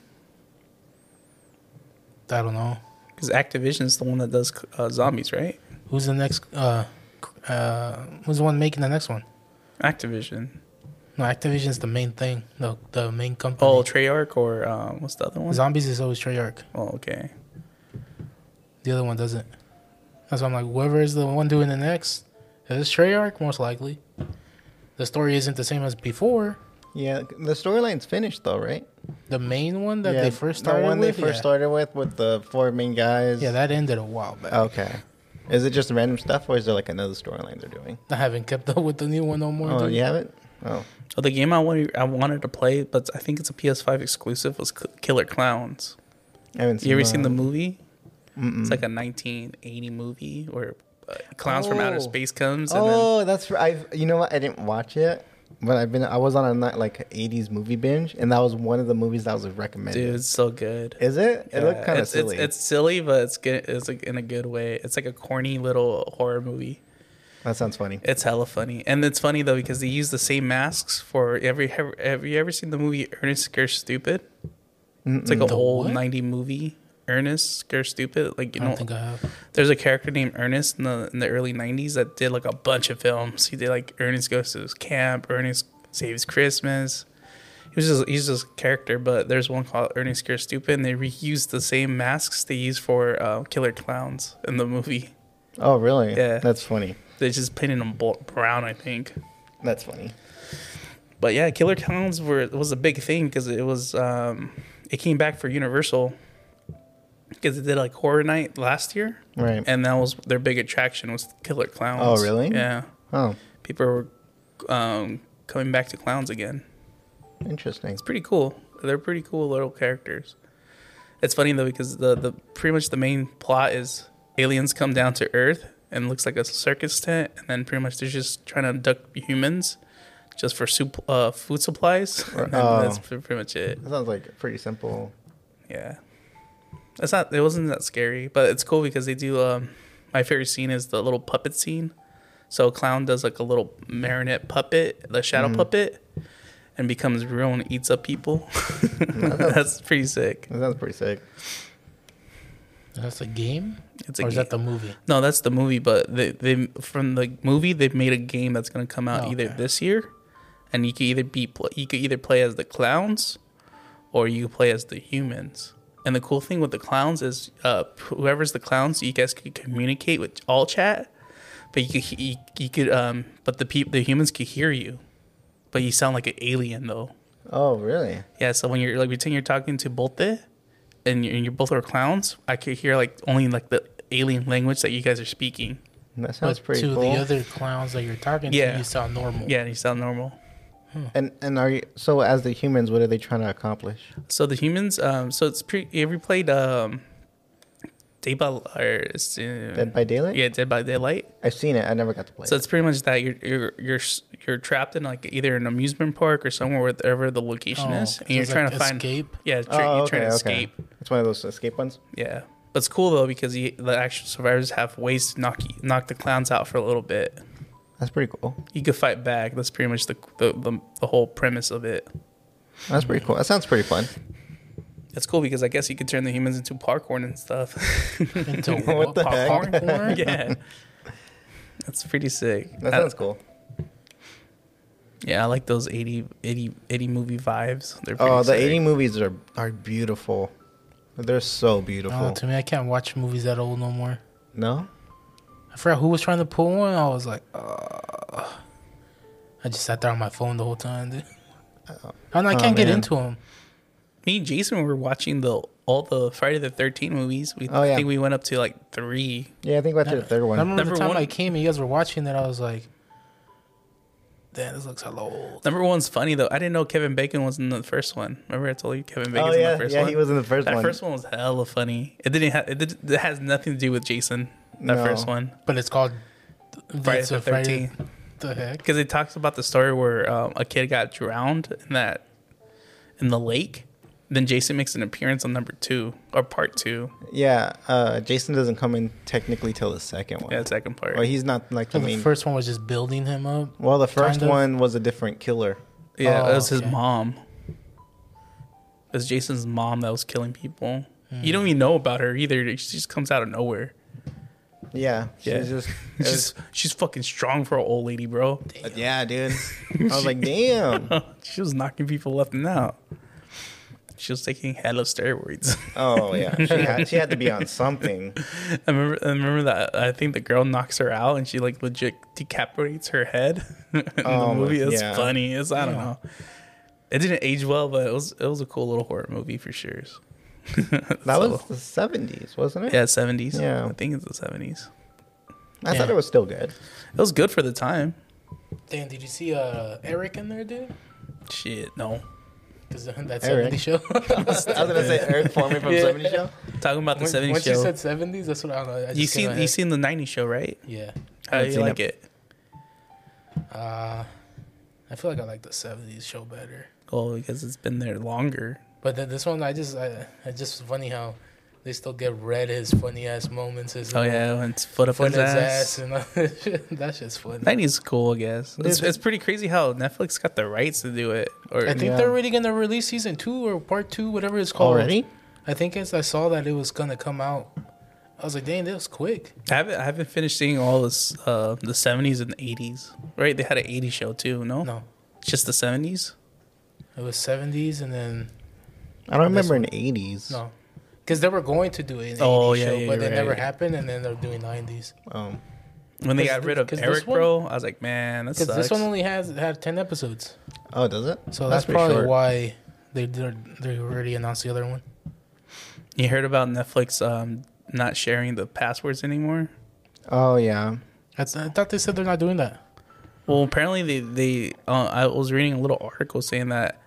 Speaker 3: I don't know.
Speaker 1: Because Activision's the one that does uh, zombies, right?
Speaker 3: Who's the next? Uh, c- uh, who's the one making the next one?
Speaker 1: Activision.
Speaker 3: No, Activision's the main thing. The the main company.
Speaker 1: Oh, Treyarch or um, what's the other one?
Speaker 3: Zombies is always Treyarch.
Speaker 1: oh, okay.
Speaker 3: The other one doesn't. That's why I'm like, whoever is the one doing the next, if it's Treyarch, most likely. The story isn't the same as before.
Speaker 2: Yeah, the storyline's finished though, right?
Speaker 3: The main one that
Speaker 2: yeah,
Speaker 3: they first started
Speaker 2: the one
Speaker 3: with,
Speaker 2: they first
Speaker 3: yeah.
Speaker 2: started with with the four main guys.
Speaker 3: yeah, that ended a while back.
Speaker 2: okay. Is it just random stuff, or is there like another storyline they're doing?
Speaker 3: I haven't kept up with the new one no more.
Speaker 2: Oh,
Speaker 3: dude.
Speaker 2: you haven't? Oh,
Speaker 1: So the game I wanted, I wanted to play, but I think it's a PS5 exclusive, was K- Killer Clowns.
Speaker 2: I haven't seen.
Speaker 1: You ever
Speaker 2: that.
Speaker 1: seen the movie?
Speaker 2: Mm-mm.
Speaker 1: It's like a 1980 movie where uh, clowns from outer
Speaker 2: Oh.
Speaker 1: space comes and then
Speaker 2: Oh, that's r- I've. You know what? I didn't watch it, but I've been. I was on a night like '80s movie binge, and that was one of the movies that was recommended.
Speaker 1: Dude, it's so good.
Speaker 2: Is it? It
Speaker 1: Yeah,
Speaker 2: looked kind of
Speaker 1: Uh, it's- it's-
Speaker 2: silly.
Speaker 1: It's, silly, but it's good. It's like in a good way. It's like a corny little horror movie.
Speaker 2: that sounds funny.
Speaker 1: It's hella funny, and it's funny though because they use the same masks for every. Have, have you ever seen the movie Ernest Scares Stupid? It's like an
Speaker 3: The
Speaker 1: old
Speaker 3: what?
Speaker 1: '90 movie. Ernest Scares Stupid. Like you
Speaker 3: I don't
Speaker 1: know,
Speaker 3: think I have.
Speaker 1: there's a character named Ernest in the in the early '90s that did like a bunch of films. He did like Ernest Goes to his Camp, Ernest Saves Christmas. He was just he's just a character, but there's one called Ernest Scares Stupid, and they reused the same masks they used for uh, Killer Clowns in the movie.
Speaker 2: Oh, really?
Speaker 1: Yeah.
Speaker 2: That's funny.
Speaker 1: They just painted them bo- brown, I think.
Speaker 2: That's funny.
Speaker 1: But yeah, Killer Clowns were was a big thing because it was um, it came back for Universal because they did like Horror Night last year,
Speaker 2: Right.
Speaker 1: and that was their big attraction was Killer Clowns.
Speaker 2: Oh, really?
Speaker 1: Yeah,
Speaker 2: oh,
Speaker 1: people were um, coming back to clowns again.
Speaker 2: interesting.
Speaker 1: It's pretty cool. They're pretty cool little characters. It's funny though because the the pretty much the main plot is aliens come down to Earth and it looks like a circus tent, and then pretty much they're just trying to abduct humans just for soup, uh, food supplies. And then
Speaker 2: Oh.
Speaker 1: That's pre- pretty much it.
Speaker 2: That sounds like pretty simple.
Speaker 1: Yeah, that's not. It wasn't that scary, but it's cool because they do. Um, my favorite scene is the little puppet scene. So a clown does like a little marionette puppet, the shadow
Speaker 3: Mm-hmm.
Speaker 1: puppet, and becomes real and eats up people. that's pretty sick.
Speaker 2: That sounds pretty sick.
Speaker 3: That's a game?
Speaker 1: It's
Speaker 3: or
Speaker 1: a
Speaker 3: is that the movie?
Speaker 1: No, that's the movie, but they, they from the movie they've made a game that's gonna come out
Speaker 3: Oh,
Speaker 1: either
Speaker 3: okay.
Speaker 1: this year, and you can either be pl- you could either play as the clowns, or you can play as the humans. And the cool thing with the clowns is, uh, whoever's the clowns, you guys could communicate with all chat, but you could he- you, you could um, but the peop the humans could hear you, but you sound like an alien though.
Speaker 2: Oh, really?
Speaker 1: Yeah, so when you're like pretend you're talking to both and you're, and you're both are clowns, I could hear like only like the alien language that you guys are speaking.
Speaker 2: That sounds
Speaker 3: But
Speaker 2: pretty
Speaker 3: to
Speaker 2: cool.
Speaker 3: the other clowns that you're talking
Speaker 1: Yeah.
Speaker 3: to, you sound normal.
Speaker 1: Yeah, and you sound normal.
Speaker 2: and and are you so as the humans, what are they trying to accomplish?
Speaker 1: So the humans, um, so it's pretty. Have you played um, Day by or it's, uh,
Speaker 2: Dead by Daylight? Oh,
Speaker 1: Yeah, Dead by Daylight.
Speaker 2: I've seen it. I never got to play.
Speaker 1: So
Speaker 2: it.
Speaker 1: it's pretty much that you're you're you're s- you're trapped in like either an amusement park or somewhere wherever the location
Speaker 3: Oh,
Speaker 1: is,
Speaker 3: okay.
Speaker 1: and you're
Speaker 3: So it's
Speaker 1: trying
Speaker 3: like
Speaker 1: to find
Speaker 3: escape?
Speaker 1: Yeah, tr-
Speaker 2: Oh,
Speaker 1: you're trying to escape.
Speaker 2: It's one of those escape ones.
Speaker 1: Yeah, but it's cool though because you, the actual survivors have ways to knock you, knock the clowns out for a little bit.
Speaker 2: That's pretty cool.
Speaker 1: You could fight back. That's pretty much the the, the, the whole premise of it.
Speaker 2: That's pretty cool. That sounds pretty fun.
Speaker 1: It's cool because I guess you could turn the humans into parkour and stuff.
Speaker 3: Into
Speaker 2: What the heck?
Speaker 3: popcorn?
Speaker 1: yeah, that's pretty sick.
Speaker 2: That
Speaker 1: I-
Speaker 2: sounds cool.
Speaker 1: Yeah, I like those 80, 80, 80 movie vibes. They're
Speaker 2: Oh,
Speaker 1: pretty
Speaker 2: the
Speaker 1: sick.
Speaker 2: eighty movies are are beautiful. They're so beautiful.
Speaker 3: Oh, to me, I can't watch movies that old no more.
Speaker 2: no,
Speaker 3: I forgot who was trying to pull one. I was like, uh, I just sat there on my phone the whole time. Dude. I, don't know, I
Speaker 2: Oh,
Speaker 3: can't get
Speaker 2: man.
Speaker 3: into them.
Speaker 1: Me and Jason were watching the all the Friday the Thirteenth movies. We
Speaker 2: Oh, yeah.
Speaker 1: think we went up to like three.
Speaker 2: yeah, I think we got to the third
Speaker 3: I
Speaker 2: one.
Speaker 3: remember
Speaker 1: Number
Speaker 3: the time
Speaker 1: one-
Speaker 3: I came and you guys were watching that. I was like, damn, this looks hella old.
Speaker 1: Number one's funny though. I didn't know Kevin Bacon was in the first one. Remember I told you Kevin Bacon
Speaker 2: Oh
Speaker 1: was in
Speaker 2: yeah,
Speaker 1: the first
Speaker 2: yeah,
Speaker 1: one.
Speaker 2: he was in the first
Speaker 1: that
Speaker 2: one.
Speaker 1: first one was hella funny. It didn't. Ha- it, did, it has nothing to do with Jason. That
Speaker 2: No.
Speaker 1: first one,
Speaker 3: But it's called
Speaker 1: Friday
Speaker 3: it's
Speaker 1: the
Speaker 3: a Friday-
Speaker 1: Thirteenth.
Speaker 3: The heck?
Speaker 1: because it talks about the story where um, a kid got drowned in that in the lake. Then Jason makes an appearance on number two or part two.
Speaker 2: Yeah, uh, Jason doesn't come in technically till the second one.
Speaker 1: Yeah, second part.
Speaker 2: Well, he's not like the
Speaker 3: So the
Speaker 2: main.
Speaker 3: first one was just building him up.
Speaker 2: well, the first
Speaker 3: kind of-
Speaker 2: one was a different killer.
Speaker 1: yeah,
Speaker 3: Oh,
Speaker 1: it was his
Speaker 3: okay.
Speaker 1: mom. It was Jason's mom that was killing people. You
Speaker 3: Hmm.
Speaker 1: don't even know about her either. She just comes out of nowhere.
Speaker 2: Yeah,
Speaker 1: Yeah.
Speaker 2: she's just. it
Speaker 1: She's
Speaker 2: was-
Speaker 1: she's fucking strong for an old lady, bro.
Speaker 2: yeah, dude. I was like, damn.
Speaker 1: she was knocking people left and out. She was taking hella steroids.
Speaker 2: Oh yeah, she had she had to be on something.
Speaker 1: I remember, I remember that. I think the girl knocks her out, and she like legit decapitates her head in
Speaker 2: Oh,
Speaker 1: the movie. It's
Speaker 2: yeah.
Speaker 1: funny. It's I don't
Speaker 3: Yeah.
Speaker 1: know. It didn't age well, but it was it was a cool little horror movie for sure. that
Speaker 2: That was the seventies, wasn't it?
Speaker 1: yeah seventies.
Speaker 2: Yeah.
Speaker 1: I think it's the seventies.
Speaker 2: I thought
Speaker 3: Yeah.
Speaker 2: it was still good.
Speaker 1: It was good for the time.
Speaker 3: Damn, did you see uh, Eric in there, dude?
Speaker 1: Shit, no.
Speaker 3: Because that's
Speaker 2: Eric.
Speaker 3: 70 show.
Speaker 2: I was gonna say Eric Foreman from
Speaker 3: Yeah.
Speaker 2: '70s Show.
Speaker 1: Talking about the
Speaker 3: Once-
Speaker 1: seventies
Speaker 3: Once
Speaker 1: show.
Speaker 3: you
Speaker 1: You,
Speaker 3: said 70s, that's what I don't know. I just came
Speaker 1: seen
Speaker 3: out
Speaker 1: you
Speaker 3: of-
Speaker 1: seen the nineties show, right?
Speaker 3: Yeah.
Speaker 1: How
Speaker 2: haven't
Speaker 1: do you
Speaker 2: seen
Speaker 1: like it?
Speaker 3: Uh, I feel like I like the 70s show better.
Speaker 1: Oh, because it's been there longer.
Speaker 3: But then this one, I just, I, it's just funny how they still get red his funny ass moments. His
Speaker 1: Oh yeah, when it's foot up
Speaker 3: foot
Speaker 1: his ass.
Speaker 3: and all that shit. That's just funny.
Speaker 1: Nineties cool, I guess. It's,
Speaker 2: Dude,
Speaker 1: it's pretty crazy how Netflix got the rights to do it. Or
Speaker 3: I think
Speaker 2: Yeah.
Speaker 3: they're already gonna release season two or part two, whatever it's called.
Speaker 2: Already?
Speaker 3: I think as I saw that it was gonna come out, I was like, dang, that was quick.
Speaker 1: I haven't I haven't finished seeing all this uh, the seventies and eighties. Right? They had an 80s show too. No,
Speaker 3: No,
Speaker 1: just the seventies.
Speaker 3: it was seventies and then
Speaker 2: I don't remember an '80s.
Speaker 3: no, because they were going to do an 80s
Speaker 1: Oh, yeah,
Speaker 3: show,
Speaker 1: yeah,
Speaker 3: but
Speaker 1: you're
Speaker 3: it never
Speaker 1: right.
Speaker 3: happened, and then they're doing nineties.
Speaker 2: Um,
Speaker 1: When they got
Speaker 3: 'Cause th-
Speaker 1: rid of
Speaker 3: 'cause this
Speaker 1: Eric,
Speaker 3: one-
Speaker 1: bro, I was like, man, that
Speaker 3: Because
Speaker 1: sucks.
Speaker 3: this one only has had ten episodes,
Speaker 2: oh, does it?
Speaker 3: so that's,
Speaker 2: pretty
Speaker 3: probably
Speaker 2: short.
Speaker 3: why they did, they already announced the other one.
Speaker 1: you heard about Netflix um, not sharing the passwords anymore?
Speaker 2: Oh yeah.
Speaker 3: That's, I thought they said they're not doing that.
Speaker 1: Well, apparently they they uh, I was reading a little article saying that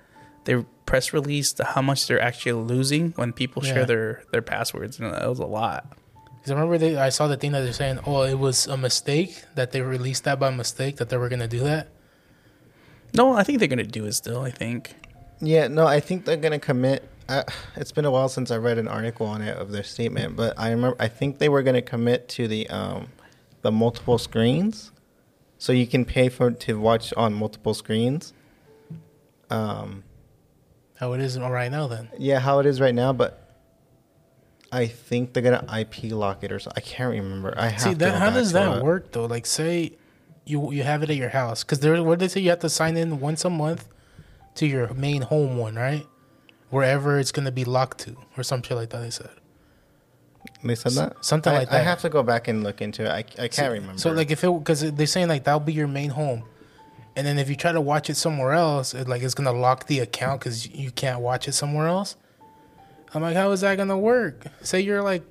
Speaker 1: they press released how much they're actually losing when people
Speaker 3: Yeah.
Speaker 1: share their their passwords, and that was a lot.
Speaker 3: Because I remember they, I saw the thing that they're saying, oh, it was a mistake that they released that by mistake that they were gonna do that.
Speaker 1: No, I think they're gonna do it still. I think.
Speaker 2: Yeah, no, I think they're gonna commit. I, it's been a while since I read an article on it of their statement, but I remember I think they were gonna commit to the um, the multiple screens, so you can pay for to watch on multiple screens. Um,
Speaker 3: How it is right now then.
Speaker 2: yeah, how it is right now, but I think they're gonna IP lock it or something. I can't remember. I have
Speaker 3: See
Speaker 2: to
Speaker 3: that?
Speaker 2: go
Speaker 3: How
Speaker 2: back
Speaker 3: does
Speaker 2: to
Speaker 3: that
Speaker 2: it.
Speaker 3: work though? Like, say you you have it at your house because there. What they say you have to sign in once a month to your main home one, right? Wherever it's gonna be locked to, or some shit like that. They said.
Speaker 2: They said that
Speaker 3: something
Speaker 2: I,
Speaker 3: like
Speaker 2: I
Speaker 3: that.
Speaker 2: have to go back and look into it. I, I can't remember.
Speaker 3: So like if it because they're saying like that'll be your main home, and then if you try to watch it somewhere else, it, like it's gonna lock the account because you can't watch it somewhere else. I'm like, how is that gonna work? Say you're like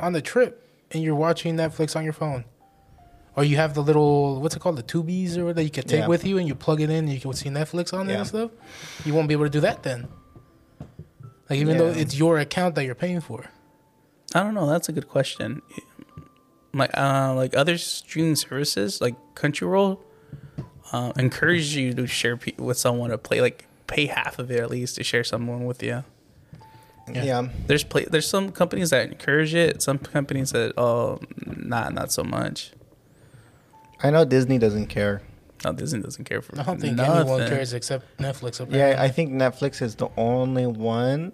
Speaker 3: on the trip and you're watching Netflix on your phone, or you have the little what's it called the tubies or whatever that you can take
Speaker 2: Yeah.
Speaker 3: with you and you plug it in and you can see Netflix on there
Speaker 2: Yeah.
Speaker 3: and stuff. You won't be able to do that then. Like even though
Speaker 2: Yeah.
Speaker 3: it's your account that you're paying for.
Speaker 1: I don't know. That's a good question. Like, uh, like other streaming services, like Crunchyroll, uh, encourage you to share pe- with someone to play, like pay half of it at least to share someone with you.
Speaker 3: yeah.
Speaker 2: yeah,
Speaker 1: There's play. There's some companies that encourage it. Some companies that oh, not not so much.
Speaker 2: I know Disney doesn't care.
Speaker 1: No, Disney doesn't care for.
Speaker 3: I don't think
Speaker 1: nothing.
Speaker 3: anyone cares except Netflix.
Speaker 2: Yeah, I think Netflix is the only one,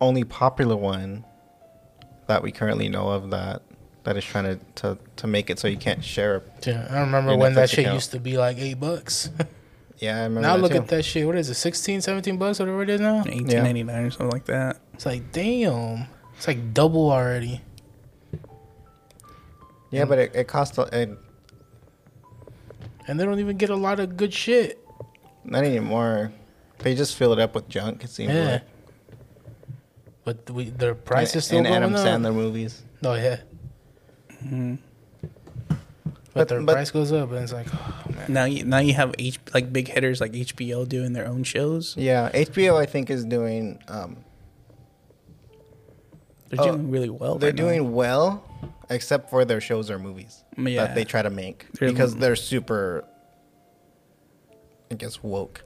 Speaker 2: only popular one that we currently know of that that is trying to to, to make it so you can't share.
Speaker 3: Yeah, I remember
Speaker 2: Your
Speaker 3: when that
Speaker 2: Netflix
Speaker 3: shit
Speaker 2: account.
Speaker 3: used to be like eight bucks.
Speaker 2: Yeah, I remember.
Speaker 3: now
Speaker 2: that
Speaker 3: look
Speaker 2: too.
Speaker 3: at that shit. What is it, 16, 17 bucks, whatever it is now?
Speaker 1: Eighteen ninety nine or something like that.
Speaker 3: It's like, damn. It's like double already.
Speaker 2: Yeah, but it, it costs. a- It,
Speaker 3: And they don't even get a lot of good shit.
Speaker 2: not anymore. They just fill it up with junk. It seems.
Speaker 3: Yeah.
Speaker 2: like.
Speaker 3: But we, their price
Speaker 2: and,
Speaker 3: is still
Speaker 2: and
Speaker 3: going
Speaker 2: Adam
Speaker 3: up.
Speaker 2: Sandler movies.
Speaker 3: No, yeah.
Speaker 1: Mm-hmm.
Speaker 3: But,
Speaker 2: But-
Speaker 3: their
Speaker 2: but-
Speaker 3: price goes up, and it's like, oh, man.
Speaker 1: Now you now you have H, like big hitters like HBO doing their own shows.
Speaker 2: Yeah, HBO I think is doing. Um,
Speaker 1: They're
Speaker 2: Oh,
Speaker 1: doing really well.
Speaker 2: they're
Speaker 1: right now.
Speaker 2: doing well, except for their shows or movies
Speaker 1: Yeah.
Speaker 2: that they try to make
Speaker 1: They're-
Speaker 2: because they're super. I guess woke,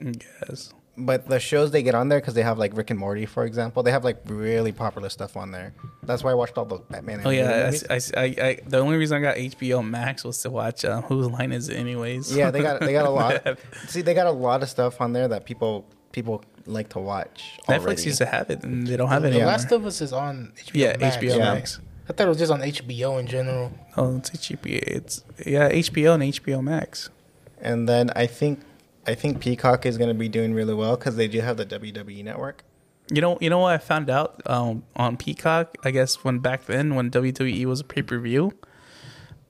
Speaker 1: Yes.
Speaker 2: but the shows they get on there because they have like Rick and Morty, for example. They have like really popular stuff on there. That's why I watched all those Batman.
Speaker 1: Oh
Speaker 2: animated
Speaker 1: yeah,
Speaker 2: movies.
Speaker 1: I, I, I- I- the only reason I got HBO Max was to watch uh, whose line is it anyways.
Speaker 2: yeah, they got they got a lot. see, they got a lot of stuff on there that people people like to watch.
Speaker 1: Netflix
Speaker 2: already.
Speaker 1: used to have it, and they don't have it
Speaker 2: Yeah.
Speaker 1: anymore.
Speaker 3: Last of Us is on HBO
Speaker 1: yeah,
Speaker 3: Max.
Speaker 1: HBO
Speaker 2: yeah.
Speaker 1: Max.
Speaker 3: I thought it was just on HBO in general.
Speaker 1: Oh, it's HBO. It's yeah, HBO and HBO Max.
Speaker 2: and then I think I think Peacock is going to be doing really well because they do have the WWE network.
Speaker 1: You know, you know what I found out um, on Peacock. I guess when back then, when WWE was a pay per view,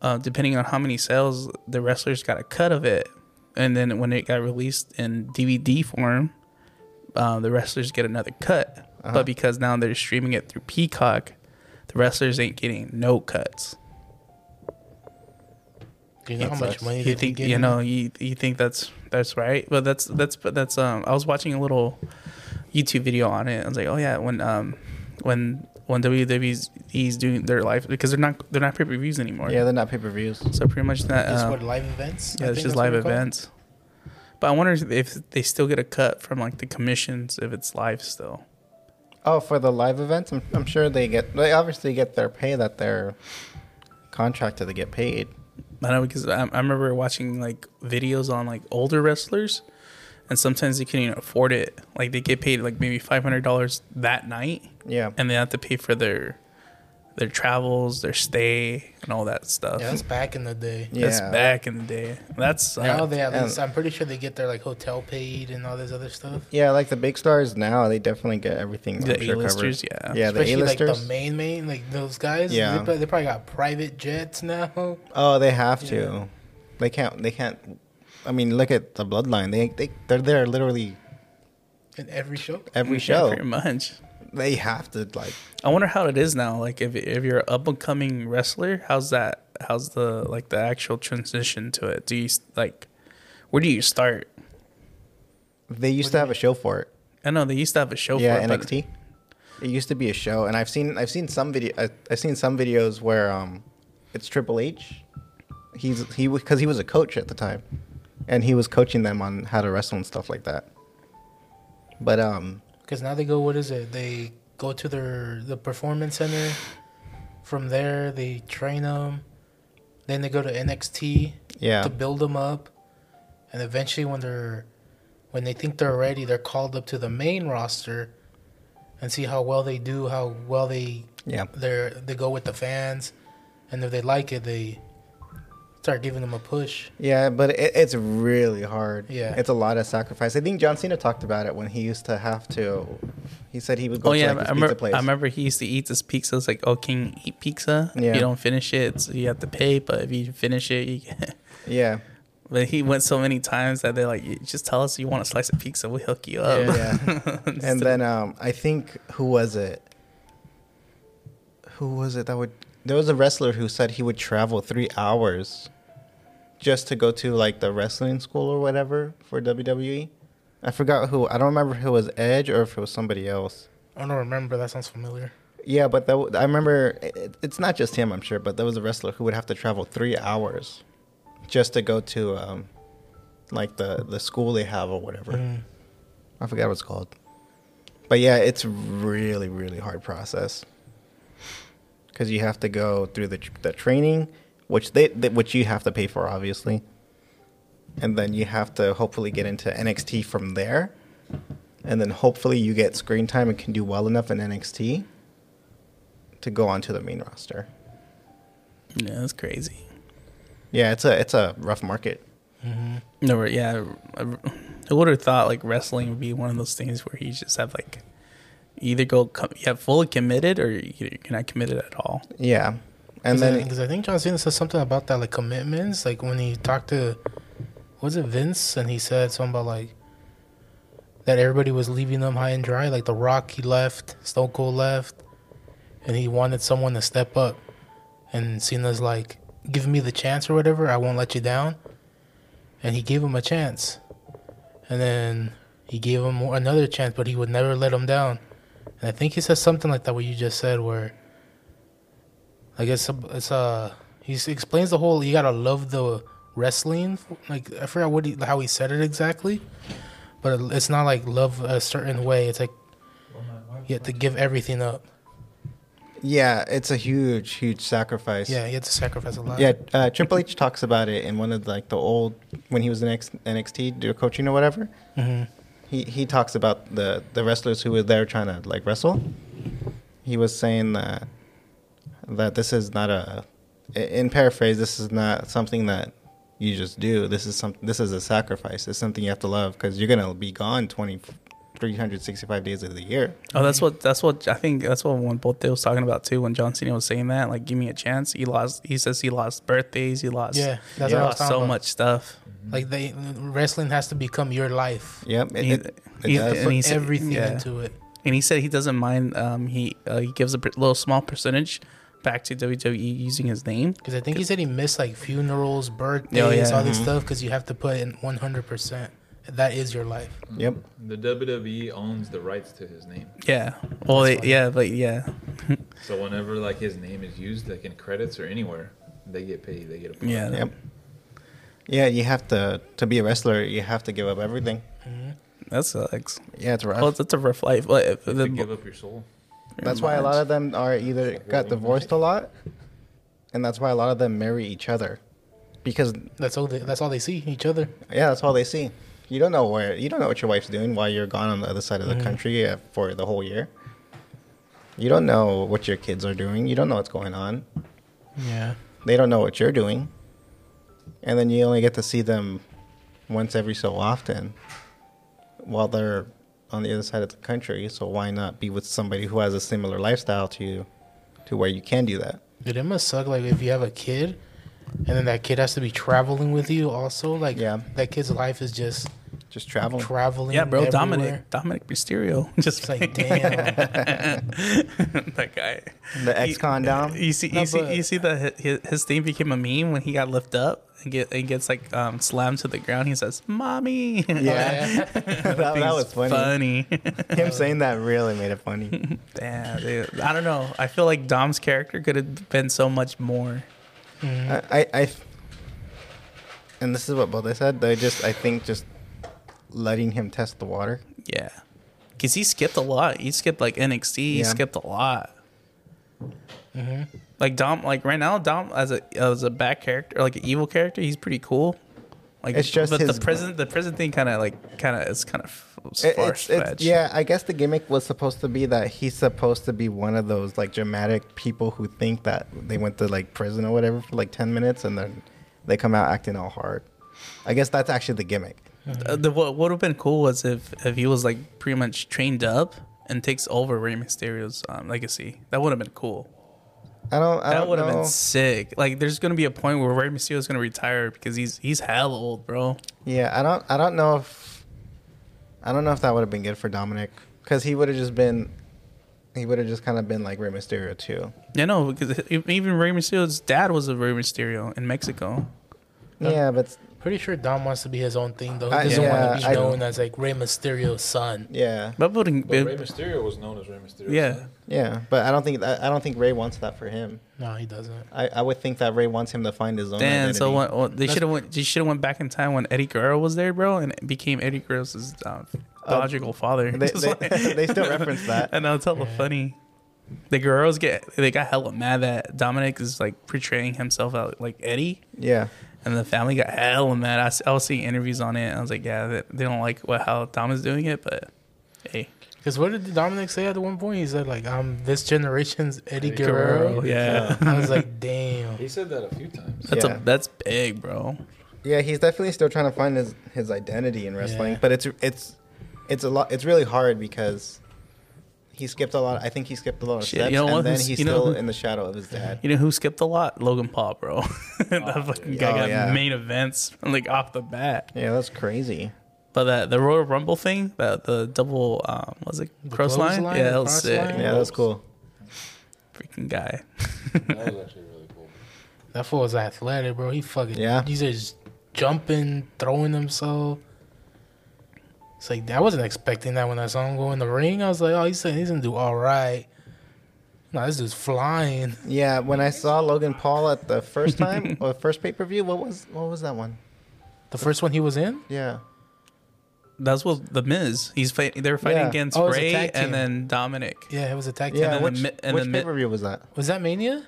Speaker 1: uh, depending on how many sales the wrestlers got a cut of it, and then when it got released in DVD form, uh, the wrestlers get another cut. But because now they're streaming it through Peacock, the wrestlers ain't getting no cuts.
Speaker 3: Do you know how much
Speaker 2: Sucks.
Speaker 3: money
Speaker 1: You
Speaker 3: they
Speaker 1: think
Speaker 3: get?
Speaker 1: you know you, you think that's that's right, but that's that's but that's um. I was watching a little YouTube video on it. I was like, oh yeah, when um when when WWE's doing their live because they're not they're not pay per views anymore.
Speaker 2: Yeah, they're not pay per views.
Speaker 1: So pretty much that.
Speaker 3: Just
Speaker 1: um,
Speaker 3: what, live events?
Speaker 1: yeah,
Speaker 3: I think
Speaker 1: it's
Speaker 3: that's
Speaker 1: just
Speaker 3: what
Speaker 1: live
Speaker 3: they're called?
Speaker 1: events. But I wonder if they still get a cut from like the commissions if it's live still.
Speaker 2: Oh, for the live events, I'm, I'm sure they get they obviously get their pay that they're contracted to get paid.
Speaker 1: I know because I, I remember watching like videos on like older wrestlers, and sometimes they couldn't even afford it. Like they get paid like maybe five hundred dollars that night,
Speaker 2: Yeah,
Speaker 1: and they have to pay for their their travels, their stay, and all that stuff.
Speaker 3: Yeah, that's back in the day.
Speaker 1: That's
Speaker 2: Yeah.
Speaker 1: back in the day. That's
Speaker 3: Now they at
Speaker 2: and-
Speaker 3: least, I'm pretty sure they get their like hotel paid and all this other stuff.
Speaker 2: yeah, like the big stars now, they definitely get everything.
Speaker 1: The
Speaker 2: I'm sure,
Speaker 1: A-listers, yeah.
Speaker 2: covered. yeah, the
Speaker 3: Especially like
Speaker 2: A-listers.
Speaker 3: the main main, like those guys.
Speaker 2: Yeah.
Speaker 3: they, prob- they probably got private jets now.
Speaker 2: oh, they have to.
Speaker 3: Yeah.
Speaker 2: They can't. They can't. I mean, look at the bloodline. They they they're there literally
Speaker 3: In every show,
Speaker 1: Yeah,
Speaker 2: every show.
Speaker 1: pretty much.
Speaker 2: They have to like.
Speaker 1: I wonder how it is now. Like if if you're an up and coming wrestler, how's that? How's the like the actual transition to it? Do you like where do you start?
Speaker 2: They used to have a show for it.
Speaker 1: I know they used to have a show
Speaker 2: yeah,
Speaker 1: for it, but-
Speaker 2: NXT. It used to be a show, and I've seen I've seen some video I, I've seen some videos where um, it's Triple H. He's he because he was a coach at the time, and he was coaching them on how to wrestle and stuff like that. But um,
Speaker 3: because now they go. What is it? They go to their the performance center. From there, they train them. Then they go to NXT
Speaker 2: yeah,
Speaker 3: to build them up, and eventually, when they're when they think they're ready, they're called up to the main roster, and see how well they do, how well they
Speaker 2: Yeah.
Speaker 3: they're they go with the fans, and if they like it, they start giving them a push.
Speaker 2: Yeah, but it, it's really hard.
Speaker 3: Yeah.
Speaker 2: It's a lot of sacrifice. I think John Cena talked about it when he used to have to. He said he would go
Speaker 1: Oh
Speaker 2: to
Speaker 1: yeah,
Speaker 2: like, this
Speaker 1: I,
Speaker 2: pizza
Speaker 1: remember,
Speaker 2: place.
Speaker 1: I remember he used to eat this pizza. It's like, oh, can you eat pizza? If
Speaker 2: Yeah.
Speaker 1: You don't finish it, it's, you have to pay. But if you finish it, you get.
Speaker 2: Yeah.
Speaker 1: But he went so many times that they're like, "You just tell us you want a slice of pizza, we'll hook you up.
Speaker 2: Yeah. and then um, I think who was it? Who was it that would? There was a wrestler who said he would travel three hours just to go to like the wrestling school or whatever for WWE. I forgot who. I don't remember who was Edge or if it was somebody else.
Speaker 3: I don't remember. That sounds familiar.
Speaker 2: Yeah, but that, w- I remember it, it's not just him. I'm sure, but there was a wrestler who would have to travel three hours just to go to um, like the the school they have or whatever.
Speaker 3: Mm.
Speaker 2: I forgot what it's called. But yeah, it's really really hard process because you have to go through the tr- the training, which they, that which you have to pay for obviously, and then you have to hopefully get into NXT from there, and then hopefully you get screen time and can do well enough in NXT to go onto the main roster.
Speaker 1: yeah, that's crazy.
Speaker 2: Yeah, it's a it's a rough market.
Speaker 1: No, but yeah, I, I would have thought like wrestling would be one of those things where you just have like either go com- you have fully committed or you- you're not committed at all.
Speaker 2: Yeah, and then
Speaker 3: because I think John Cena said something about that, like commitments, like when he talked to, was it Vince, and he said something about like that everybody was leaving them high and dry, like The Rock he left, Stone Cold left, and he wanted someone to step up, and Cena's like, give me the chance or whatever, I won't let you down, and he gave him a chance, and then he gave him another chance, but he would never let him down, and I think he said something like that what you just said where. I guess it's uh he s- explains the whole you gotta love the wrestling like I forgot what he, how he said it exactly, but it- it's not like love a certain way. It's like you have to give everything up.
Speaker 2: yeah, it's a huge huge sacrifice.
Speaker 3: Yeah, you have to sacrifice a lot.
Speaker 2: Yeah, uh, Triple H talks about it in one of like the old when he was in X, NXT do coaching or whatever.
Speaker 3: Mhm.
Speaker 2: He he talks about the the wrestlers who were there trying to like wrestle. He was saying that that this is not a in paraphrase this is not something that you just do. This is some this is a sacrifice. It's something you have to love because you're gonna be gone 20, 365 days of the year.
Speaker 1: Oh, that's what that's what I think that's what one both was talking about too when John Cena was saying that like give me a chance. He lost. He says he lost birthdays. He lost.
Speaker 3: Yeah, that's
Speaker 1: he
Speaker 3: what I was
Speaker 1: lost
Speaker 3: talking
Speaker 1: so
Speaker 3: about.
Speaker 1: much stuff.
Speaker 3: Like they wrestling has to become your life.
Speaker 2: Yep. It,
Speaker 1: He-
Speaker 2: it, it
Speaker 1: he-
Speaker 2: does.
Speaker 1: and he said-
Speaker 3: everything
Speaker 1: yeah.
Speaker 3: into it.
Speaker 1: And he said he doesn't mind. Um, he uh, he gives a per- little small percentage back to WWE using his name.
Speaker 3: Because I think he said he missed like funerals, birthdays,
Speaker 1: Oh, yeah. Mm-hmm.
Speaker 3: all this stuff. Because you have to put in one hundred percent. That is your life.
Speaker 2: yep.
Speaker 4: The WWE owns the rights to his name.
Speaker 1: Yeah. Well, they, yeah, but yeah,
Speaker 4: So whenever like his name is used, like in credits or anywhere, they get paid. They get a part.
Speaker 1: yeah.
Speaker 2: Yep. Yeah, you have to to be a wrestler. You have to give up everything.
Speaker 1: That sucks.
Speaker 2: Yeah, it's rough.
Speaker 1: Well, that's a rough life. uh, Like, if
Speaker 4: You
Speaker 1: the-
Speaker 4: have to give up your soul.
Speaker 2: that's why a lot of them are either got divorced a lot, and that's why a lot of them marry each other, because
Speaker 3: That's all. They, that's all they see each other.
Speaker 2: yeah, that's all they see. You don't know where you don't know what your wife's doing while you're gone on the other side of the country uh, for the whole year. You don't know what your kids are doing. You don't know what's going on.
Speaker 3: Yeah.
Speaker 2: They don't know what you're doing, and then you only get to see them once every so often while they're on the other side of the country. So why not be with somebody who has a similar lifestyle to you, to where you can do that?
Speaker 3: Dude, it must suck. Like if you have a kid, and then that kid has to be traveling with you. Also, like
Speaker 2: Yeah.
Speaker 3: that kid's life is just
Speaker 2: Just traveling.
Speaker 3: traveling.
Speaker 1: yeah, bro,
Speaker 3: everywhere.
Speaker 1: Dominic, Dominic Mysterio, just
Speaker 3: It's like damn.
Speaker 1: that guy.
Speaker 2: The ex-con
Speaker 1: You-
Speaker 2: dom?
Speaker 1: You see, you
Speaker 3: No,
Speaker 1: see,
Speaker 3: but-
Speaker 1: you see that his, his thing became a meme when he got lifted up and get and gets like um, slammed to the ground. He says, "Mommy."
Speaker 2: yeah, that, that
Speaker 1: Thing's
Speaker 2: was funny. Him saying that really made it funny.
Speaker 1: Damn, dude. I don't know. I feel like Dom's character could have been so much more.
Speaker 2: I, I, I, and this is what Bode said. They just, I think, just letting him test the water.
Speaker 1: Yeah, because he skipped a lot. He skipped like NXT. He
Speaker 2: Yeah. Mm-hmm.
Speaker 1: skipped a lot. Like Dom, like right now, Dom as a as a back character, like an evil character, he's pretty cool. Like
Speaker 2: It's just
Speaker 1: but
Speaker 2: his-
Speaker 1: the prison the prison thing kind of like kind of is kind of was
Speaker 2: It-
Speaker 1: far
Speaker 2: it's, it's,
Speaker 1: fetched.
Speaker 2: yeah, I guess the gimmick was supposed to be that he's supposed to be one of those like dramatic people who think that they went to like prison or whatever for like ten minutes and then they come out acting all hard. I guess that's actually the gimmick.
Speaker 1: Uh, the, what would have been cool was if if he was like pretty much trained up and takes over Rey Mysterio's um, legacy. That would have been cool.
Speaker 2: I don't. I
Speaker 1: That
Speaker 2: don't
Speaker 1: would have
Speaker 2: know.
Speaker 1: been sick. Like, there's gonna be a point where Rey Mysterio is gonna retire because he's he's hell old, bro.
Speaker 2: Yeah, I don't. I don't know if. I don't know if that would have been good for Dominic because he would have just been. He would have just kind of been like Rey Mysterio too.
Speaker 1: You know, because e, even Rey Mysterio's dad was a Rey Mysterio in Mexico.
Speaker 2: Yeah, but
Speaker 3: Pretty sure Dom wants to be his own thing though. He
Speaker 2: I-
Speaker 3: doesn't
Speaker 2: yeah,
Speaker 3: want to
Speaker 2: I-
Speaker 3: be known as like Rey Mysterio's son.
Speaker 2: yeah,
Speaker 1: But wouldn't
Speaker 4: But Rey Mysterio was known as Rey Mysterio.
Speaker 1: yeah.
Speaker 2: yeah. But I don't think. I, I don't think Ray wants that for him.
Speaker 3: No, he doesn't.
Speaker 2: I, I would think that Ray wants him to find his own.
Speaker 1: Damn,
Speaker 2: identity.
Speaker 1: so what, what, they
Speaker 3: That's-
Speaker 1: should have went. They should have went back in time when Eddie Guerrero was there, bro, and it became Eddie Guerrero's uh, biological father.
Speaker 2: they-
Speaker 1: It's
Speaker 2: they- they still reference that.
Speaker 1: I know it's hella
Speaker 3: Yeah.
Speaker 1: funny. The Guerreros get they got hella mad that Dominic is like portraying himself out like Eddie,
Speaker 2: Yeah,
Speaker 1: and the family got hella mad. I, s- I was seeing interviews on it. And I was like, yeah, they, they don't like what how Dom is doing it, but hey,
Speaker 3: Because what did Dominic say at one point? He said like, "I'm this generation's Eddie
Speaker 4: Eddie
Speaker 3: Guerrero."
Speaker 1: yeah,
Speaker 3: I was like, "Damn."
Speaker 4: He said that a few times.
Speaker 1: that's
Speaker 2: Yeah.
Speaker 1: a that's big, bro.
Speaker 2: yeah. He's definitely still trying to find his his identity in wrestling,
Speaker 3: Yeah.
Speaker 2: but it's it's it's a lot. It's really hard because. He skipped a lot. I think he skipped a lot of
Speaker 1: Shit,
Speaker 2: steps,
Speaker 1: you know what?
Speaker 2: and then
Speaker 1: Who's-
Speaker 2: he's
Speaker 1: you know
Speaker 2: still
Speaker 1: who-
Speaker 2: in the shadow of his dad.
Speaker 1: You know who skipped a lot? Logan Paul, bro. that fucking guy
Speaker 2: Oh,
Speaker 1: got
Speaker 2: yeah.
Speaker 1: main events like off the bat.
Speaker 2: Yeah, that's crazy.
Speaker 1: But that the Royal Rumble thing, that the double um was it
Speaker 3: The
Speaker 1: cross line?
Speaker 3: clothesline,
Speaker 1: Yeah,
Speaker 3: the
Speaker 1: that was
Speaker 3: cross
Speaker 1: sick.
Speaker 3: line?
Speaker 2: Yeah, that's cool.
Speaker 1: Freaking guy.
Speaker 4: That was actually really cool.
Speaker 3: That fool was athletic, bro. He fucking
Speaker 2: Yeah.
Speaker 3: He's just jumping, throwing himself. It's like I wasn't expecting that when I saw him go in the ring. I was like, oh, he's he's gonna do all right. No, this dude's flying.
Speaker 2: Yeah, when I saw Logan Paul at the first time or first pay per view, what was what was that one?
Speaker 3: The first one he was in.
Speaker 2: Yeah,
Speaker 1: That's what the Miz. He's fight, they're fighting
Speaker 2: Yeah.
Speaker 1: against
Speaker 3: Oh, it was a
Speaker 1: Ray
Speaker 3: tag
Speaker 1: and
Speaker 3: team.
Speaker 1: then Dominic.
Speaker 3: Yeah, it was a tag team.
Speaker 2: yeah.
Speaker 1: then the
Speaker 2: which
Speaker 1: mi- and the
Speaker 2: which
Speaker 1: mi-
Speaker 2: pay per view was that?
Speaker 3: Was that Mania?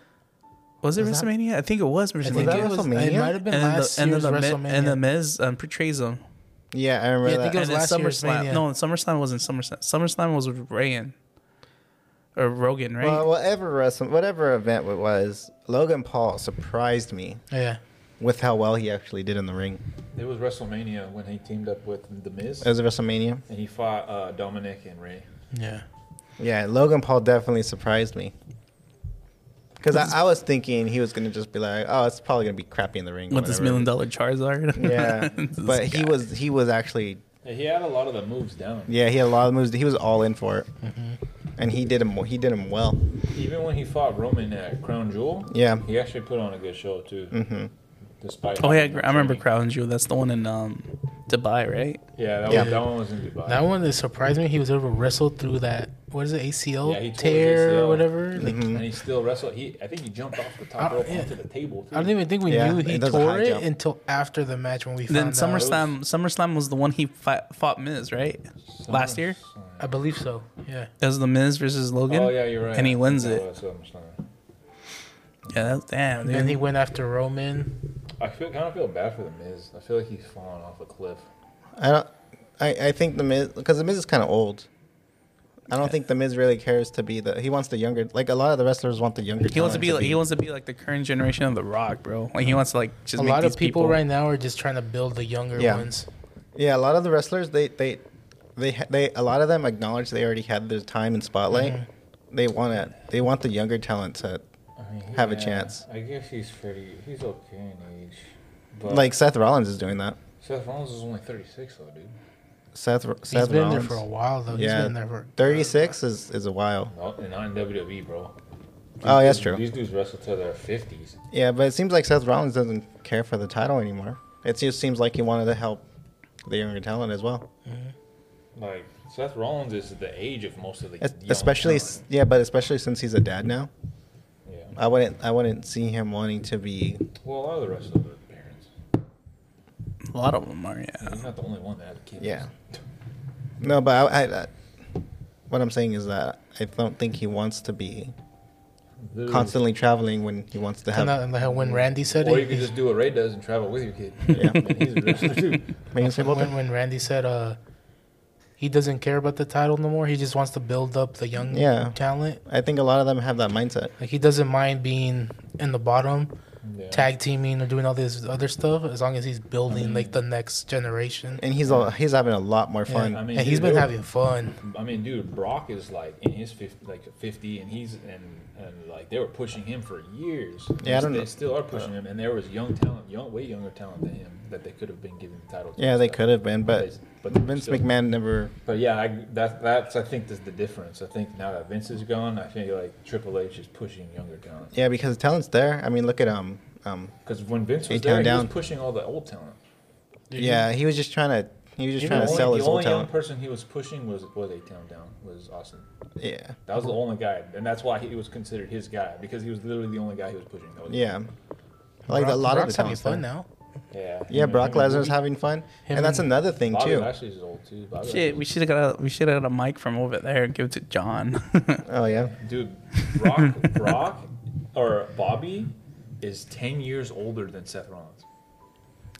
Speaker 1: Was it
Speaker 2: Was that-
Speaker 1: WrestleMania? I think it was
Speaker 2: think
Speaker 1: WrestleMania.
Speaker 2: Was that
Speaker 3: it was-
Speaker 2: WrestleMania?
Speaker 3: It might have been
Speaker 1: and, then
Speaker 3: last
Speaker 1: the, and, then
Speaker 3: year's
Speaker 1: the Mi-
Speaker 3: WrestleMania.
Speaker 1: and the Miz um, portrays him.
Speaker 2: Yeah, I remember
Speaker 3: Yeah, I
Speaker 2: that.
Speaker 3: think it was
Speaker 1: and then
Speaker 3: last year's
Speaker 1: SummerSlam.
Speaker 3: Mania.
Speaker 1: No, SummerSlam wasn't SummerSlam. SummerSlam was with Rayan. Or Rogan, right?
Speaker 2: well, whatever wrestle, whatever event it was, Logan Paul surprised me
Speaker 3: yeah.
Speaker 2: with how well he actually did in the ring.
Speaker 4: It was WrestleMania when he teamed up with The Miz
Speaker 2: It was a WrestleMania.
Speaker 4: and he fought uh, Dominic and Ray.
Speaker 3: Yeah.
Speaker 2: Yeah, Logan Paul definitely surprised me. Because I, I was thinking he was gonna just be like, oh, it's probably gonna be crappy in the ring. or
Speaker 1: with this
Speaker 2: whatever.
Speaker 1: million dollar Charizard.
Speaker 2: Yeah,
Speaker 1: This
Speaker 2: but he
Speaker 1: guy.
Speaker 2: was he was actually
Speaker 4: Yeah, he had a lot of the moves down.
Speaker 2: Yeah, he had a lot of moves. He was all in for it,
Speaker 1: Mm-hmm.
Speaker 2: and he did him. He did him well.
Speaker 4: Even when he fought Roman at Crown Jewel,
Speaker 2: Yeah.
Speaker 4: he actually put on a good show too.
Speaker 2: hmm
Speaker 4: Despite
Speaker 1: Mm. Oh yeah,
Speaker 4: having
Speaker 1: I remember
Speaker 4: training.
Speaker 1: Crown Jewel. That's the one in um, Dubai, right?
Speaker 4: Yeah, that,
Speaker 2: Yeah.
Speaker 4: Was, that one was in Dubai.
Speaker 3: That one that surprised me. He was able to wrestle through that. What is it? ACL
Speaker 4: Yeah, he tore his
Speaker 3: tear or
Speaker 4: ACL.
Speaker 3: whatever. Like,
Speaker 4: and he still wrestled. He, I think he jumped off the top
Speaker 3: I-
Speaker 4: rope
Speaker 3: yeah.
Speaker 4: onto the table. Too.
Speaker 3: I don't even think we
Speaker 2: Yeah,
Speaker 3: knew he
Speaker 2: it does a
Speaker 3: tore
Speaker 2: high
Speaker 3: it
Speaker 2: jump.
Speaker 3: until after the match when we found
Speaker 1: Then
Speaker 3: out.
Speaker 1: SummerSlam, SummerSlam was the one he fought, fought Miz, right? Last year,
Speaker 3: I believe so. Yeah.
Speaker 1: it was the Miz versus Logan.
Speaker 4: Oh yeah, you're right.
Speaker 1: And he
Speaker 4: I
Speaker 1: wins
Speaker 4: think
Speaker 1: it.
Speaker 4: that was SummerSlam.
Speaker 1: Yeah, that's damn.
Speaker 3: And
Speaker 1: Dude.
Speaker 3: then he went after Roman.
Speaker 4: I feel kind of feel bad for the Miz. I feel like he's falling off a cliff.
Speaker 2: I don't. I, I think the Miz because the Miz is kind of old. I don't think the Miz really cares to be the. He wants the younger. Like a lot of the wrestlers want the younger.
Speaker 1: He wants to
Speaker 2: talent
Speaker 1: be like he wants to be like the current generation of The Rock, bro. Like he wants to like just
Speaker 3: a
Speaker 1: make
Speaker 3: lot
Speaker 1: these
Speaker 3: of people, right now are just trying to build the younger
Speaker 2: Yeah.
Speaker 3: ones.
Speaker 2: yeah, a lot of the wrestlers they they they ha- they a lot of them acknowledge they already had their time in spotlight.
Speaker 3: Mm-hmm.
Speaker 2: They want to. They want the younger talent to
Speaker 4: I mean, he-
Speaker 2: Have a chance.
Speaker 4: I guess he's pretty. He's okay in age. But
Speaker 2: like Seth Rollins is doing that.
Speaker 4: Seth Rollins is only 36 though, dude.
Speaker 2: Seth
Speaker 3: He's
Speaker 2: Seth
Speaker 3: been
Speaker 2: Rollins.
Speaker 3: there for a while though.
Speaker 2: Yeah.
Speaker 3: He's been there for
Speaker 2: Thirty six is is a while.
Speaker 4: Not, not in WWE, bro.
Speaker 2: Oh, that's
Speaker 4: dudes-
Speaker 2: true.
Speaker 4: These dudes wrestle till their 50s.
Speaker 2: Yeah, but it seems like Seth Rollins doesn't care for the title anymore. It just seems like he wanted to help the younger talent as well,
Speaker 4: Like Seth Rollins is the age of most of the.
Speaker 2: Es-
Speaker 4: young
Speaker 2: especially s-
Speaker 4: talent.
Speaker 2: yeah, but especially since he's a dad now.
Speaker 4: Yeah.
Speaker 2: I wouldn't I wouldn't see him wanting to be.
Speaker 4: Well, a lot of the rest of the parents.
Speaker 1: people. A lot of them are. Yeah.
Speaker 4: He's not the only one that had kids.
Speaker 2: Yeah. No, but I, I, I what I'm saying is that I don't think he wants to be
Speaker 4: Literally.
Speaker 2: constantly traveling when he wants to
Speaker 3: And
Speaker 2: have.
Speaker 3: that- like when Randy said
Speaker 4: Or you
Speaker 3: it,
Speaker 4: could just do what Ray does and travel with your kid.
Speaker 2: Yeah.
Speaker 4: And he's a wrestler too.
Speaker 2: Make him say,
Speaker 3: when,
Speaker 2: "Well,
Speaker 3: when Randy said, uh, he doesn't care about the title no more. He just wants to build up the young
Speaker 2: Yeah.
Speaker 3: talent.
Speaker 2: I think a lot of them have that mindset.
Speaker 3: Like he doesn't mind being in the bottom,
Speaker 4: Yeah.
Speaker 3: tag teaming or doing all this other stuff as long as he's building like the next generation.
Speaker 2: And he's a, he's having a lot more
Speaker 3: Yeah.
Speaker 2: fun.
Speaker 4: I mean,
Speaker 3: and he's
Speaker 4: dude,
Speaker 3: been
Speaker 4: they were-
Speaker 3: having fun.
Speaker 4: I mean, dude, Brock is like in his 50, like fifty, and he's and and like they were pushing him for years.
Speaker 2: Yeah, I don't
Speaker 4: they
Speaker 2: know. Uh.
Speaker 4: still are pushing him, and there was young talent, young way younger talent than him that they could have been giving the title. to
Speaker 2: yeah,
Speaker 4: and
Speaker 2: they
Speaker 4: stuff.
Speaker 2: could have been, but,
Speaker 4: But they- but
Speaker 2: Vince
Speaker 4: still-
Speaker 2: McMahon never.
Speaker 4: But yeah, I, that that's I think that's the difference. I think now that Vince is gone, I think like Triple H is pushing younger talent
Speaker 2: Yeah, because the talent's there. I mean, look at um um.
Speaker 4: because when Vince was
Speaker 2: Eight down,
Speaker 4: there, he
Speaker 2: down.
Speaker 4: was pushing all the old talent.
Speaker 2: Yeah, he was just trying to he was just
Speaker 4: Even
Speaker 2: trying to
Speaker 4: only-
Speaker 2: sell
Speaker 4: the
Speaker 2: his
Speaker 4: only
Speaker 2: old
Speaker 4: young
Speaker 2: talent.
Speaker 4: person he was pushing was was a town down was Austin.
Speaker 2: Yeah,
Speaker 4: That was the only guy, and that's why he was considered his guy because he was literally the only guy he was pushing. That was
Speaker 2: yeah. Like
Speaker 3: Brock-
Speaker 2: a lot
Speaker 3: Brock's
Speaker 2: of the
Speaker 3: having
Speaker 2: talent's
Speaker 3: fun
Speaker 2: there.
Speaker 3: now.
Speaker 4: yeah.
Speaker 2: Yeah,
Speaker 4: him-
Speaker 2: Brock
Speaker 4: him and
Speaker 2: Lesnar's
Speaker 4: Bobby-
Speaker 2: having fun,
Speaker 3: him
Speaker 2: and that's
Speaker 3: and-
Speaker 2: another thing
Speaker 4: Bobby
Speaker 2: too.
Speaker 4: Lashley's is old too. Bobby
Speaker 1: Shit, we should have got a we should have got a mic from over there and give it to John.
Speaker 2: Oh yeah,
Speaker 4: Lashley- dude, Brock, Brock, or Bobby is ten years older than Seth Rollins.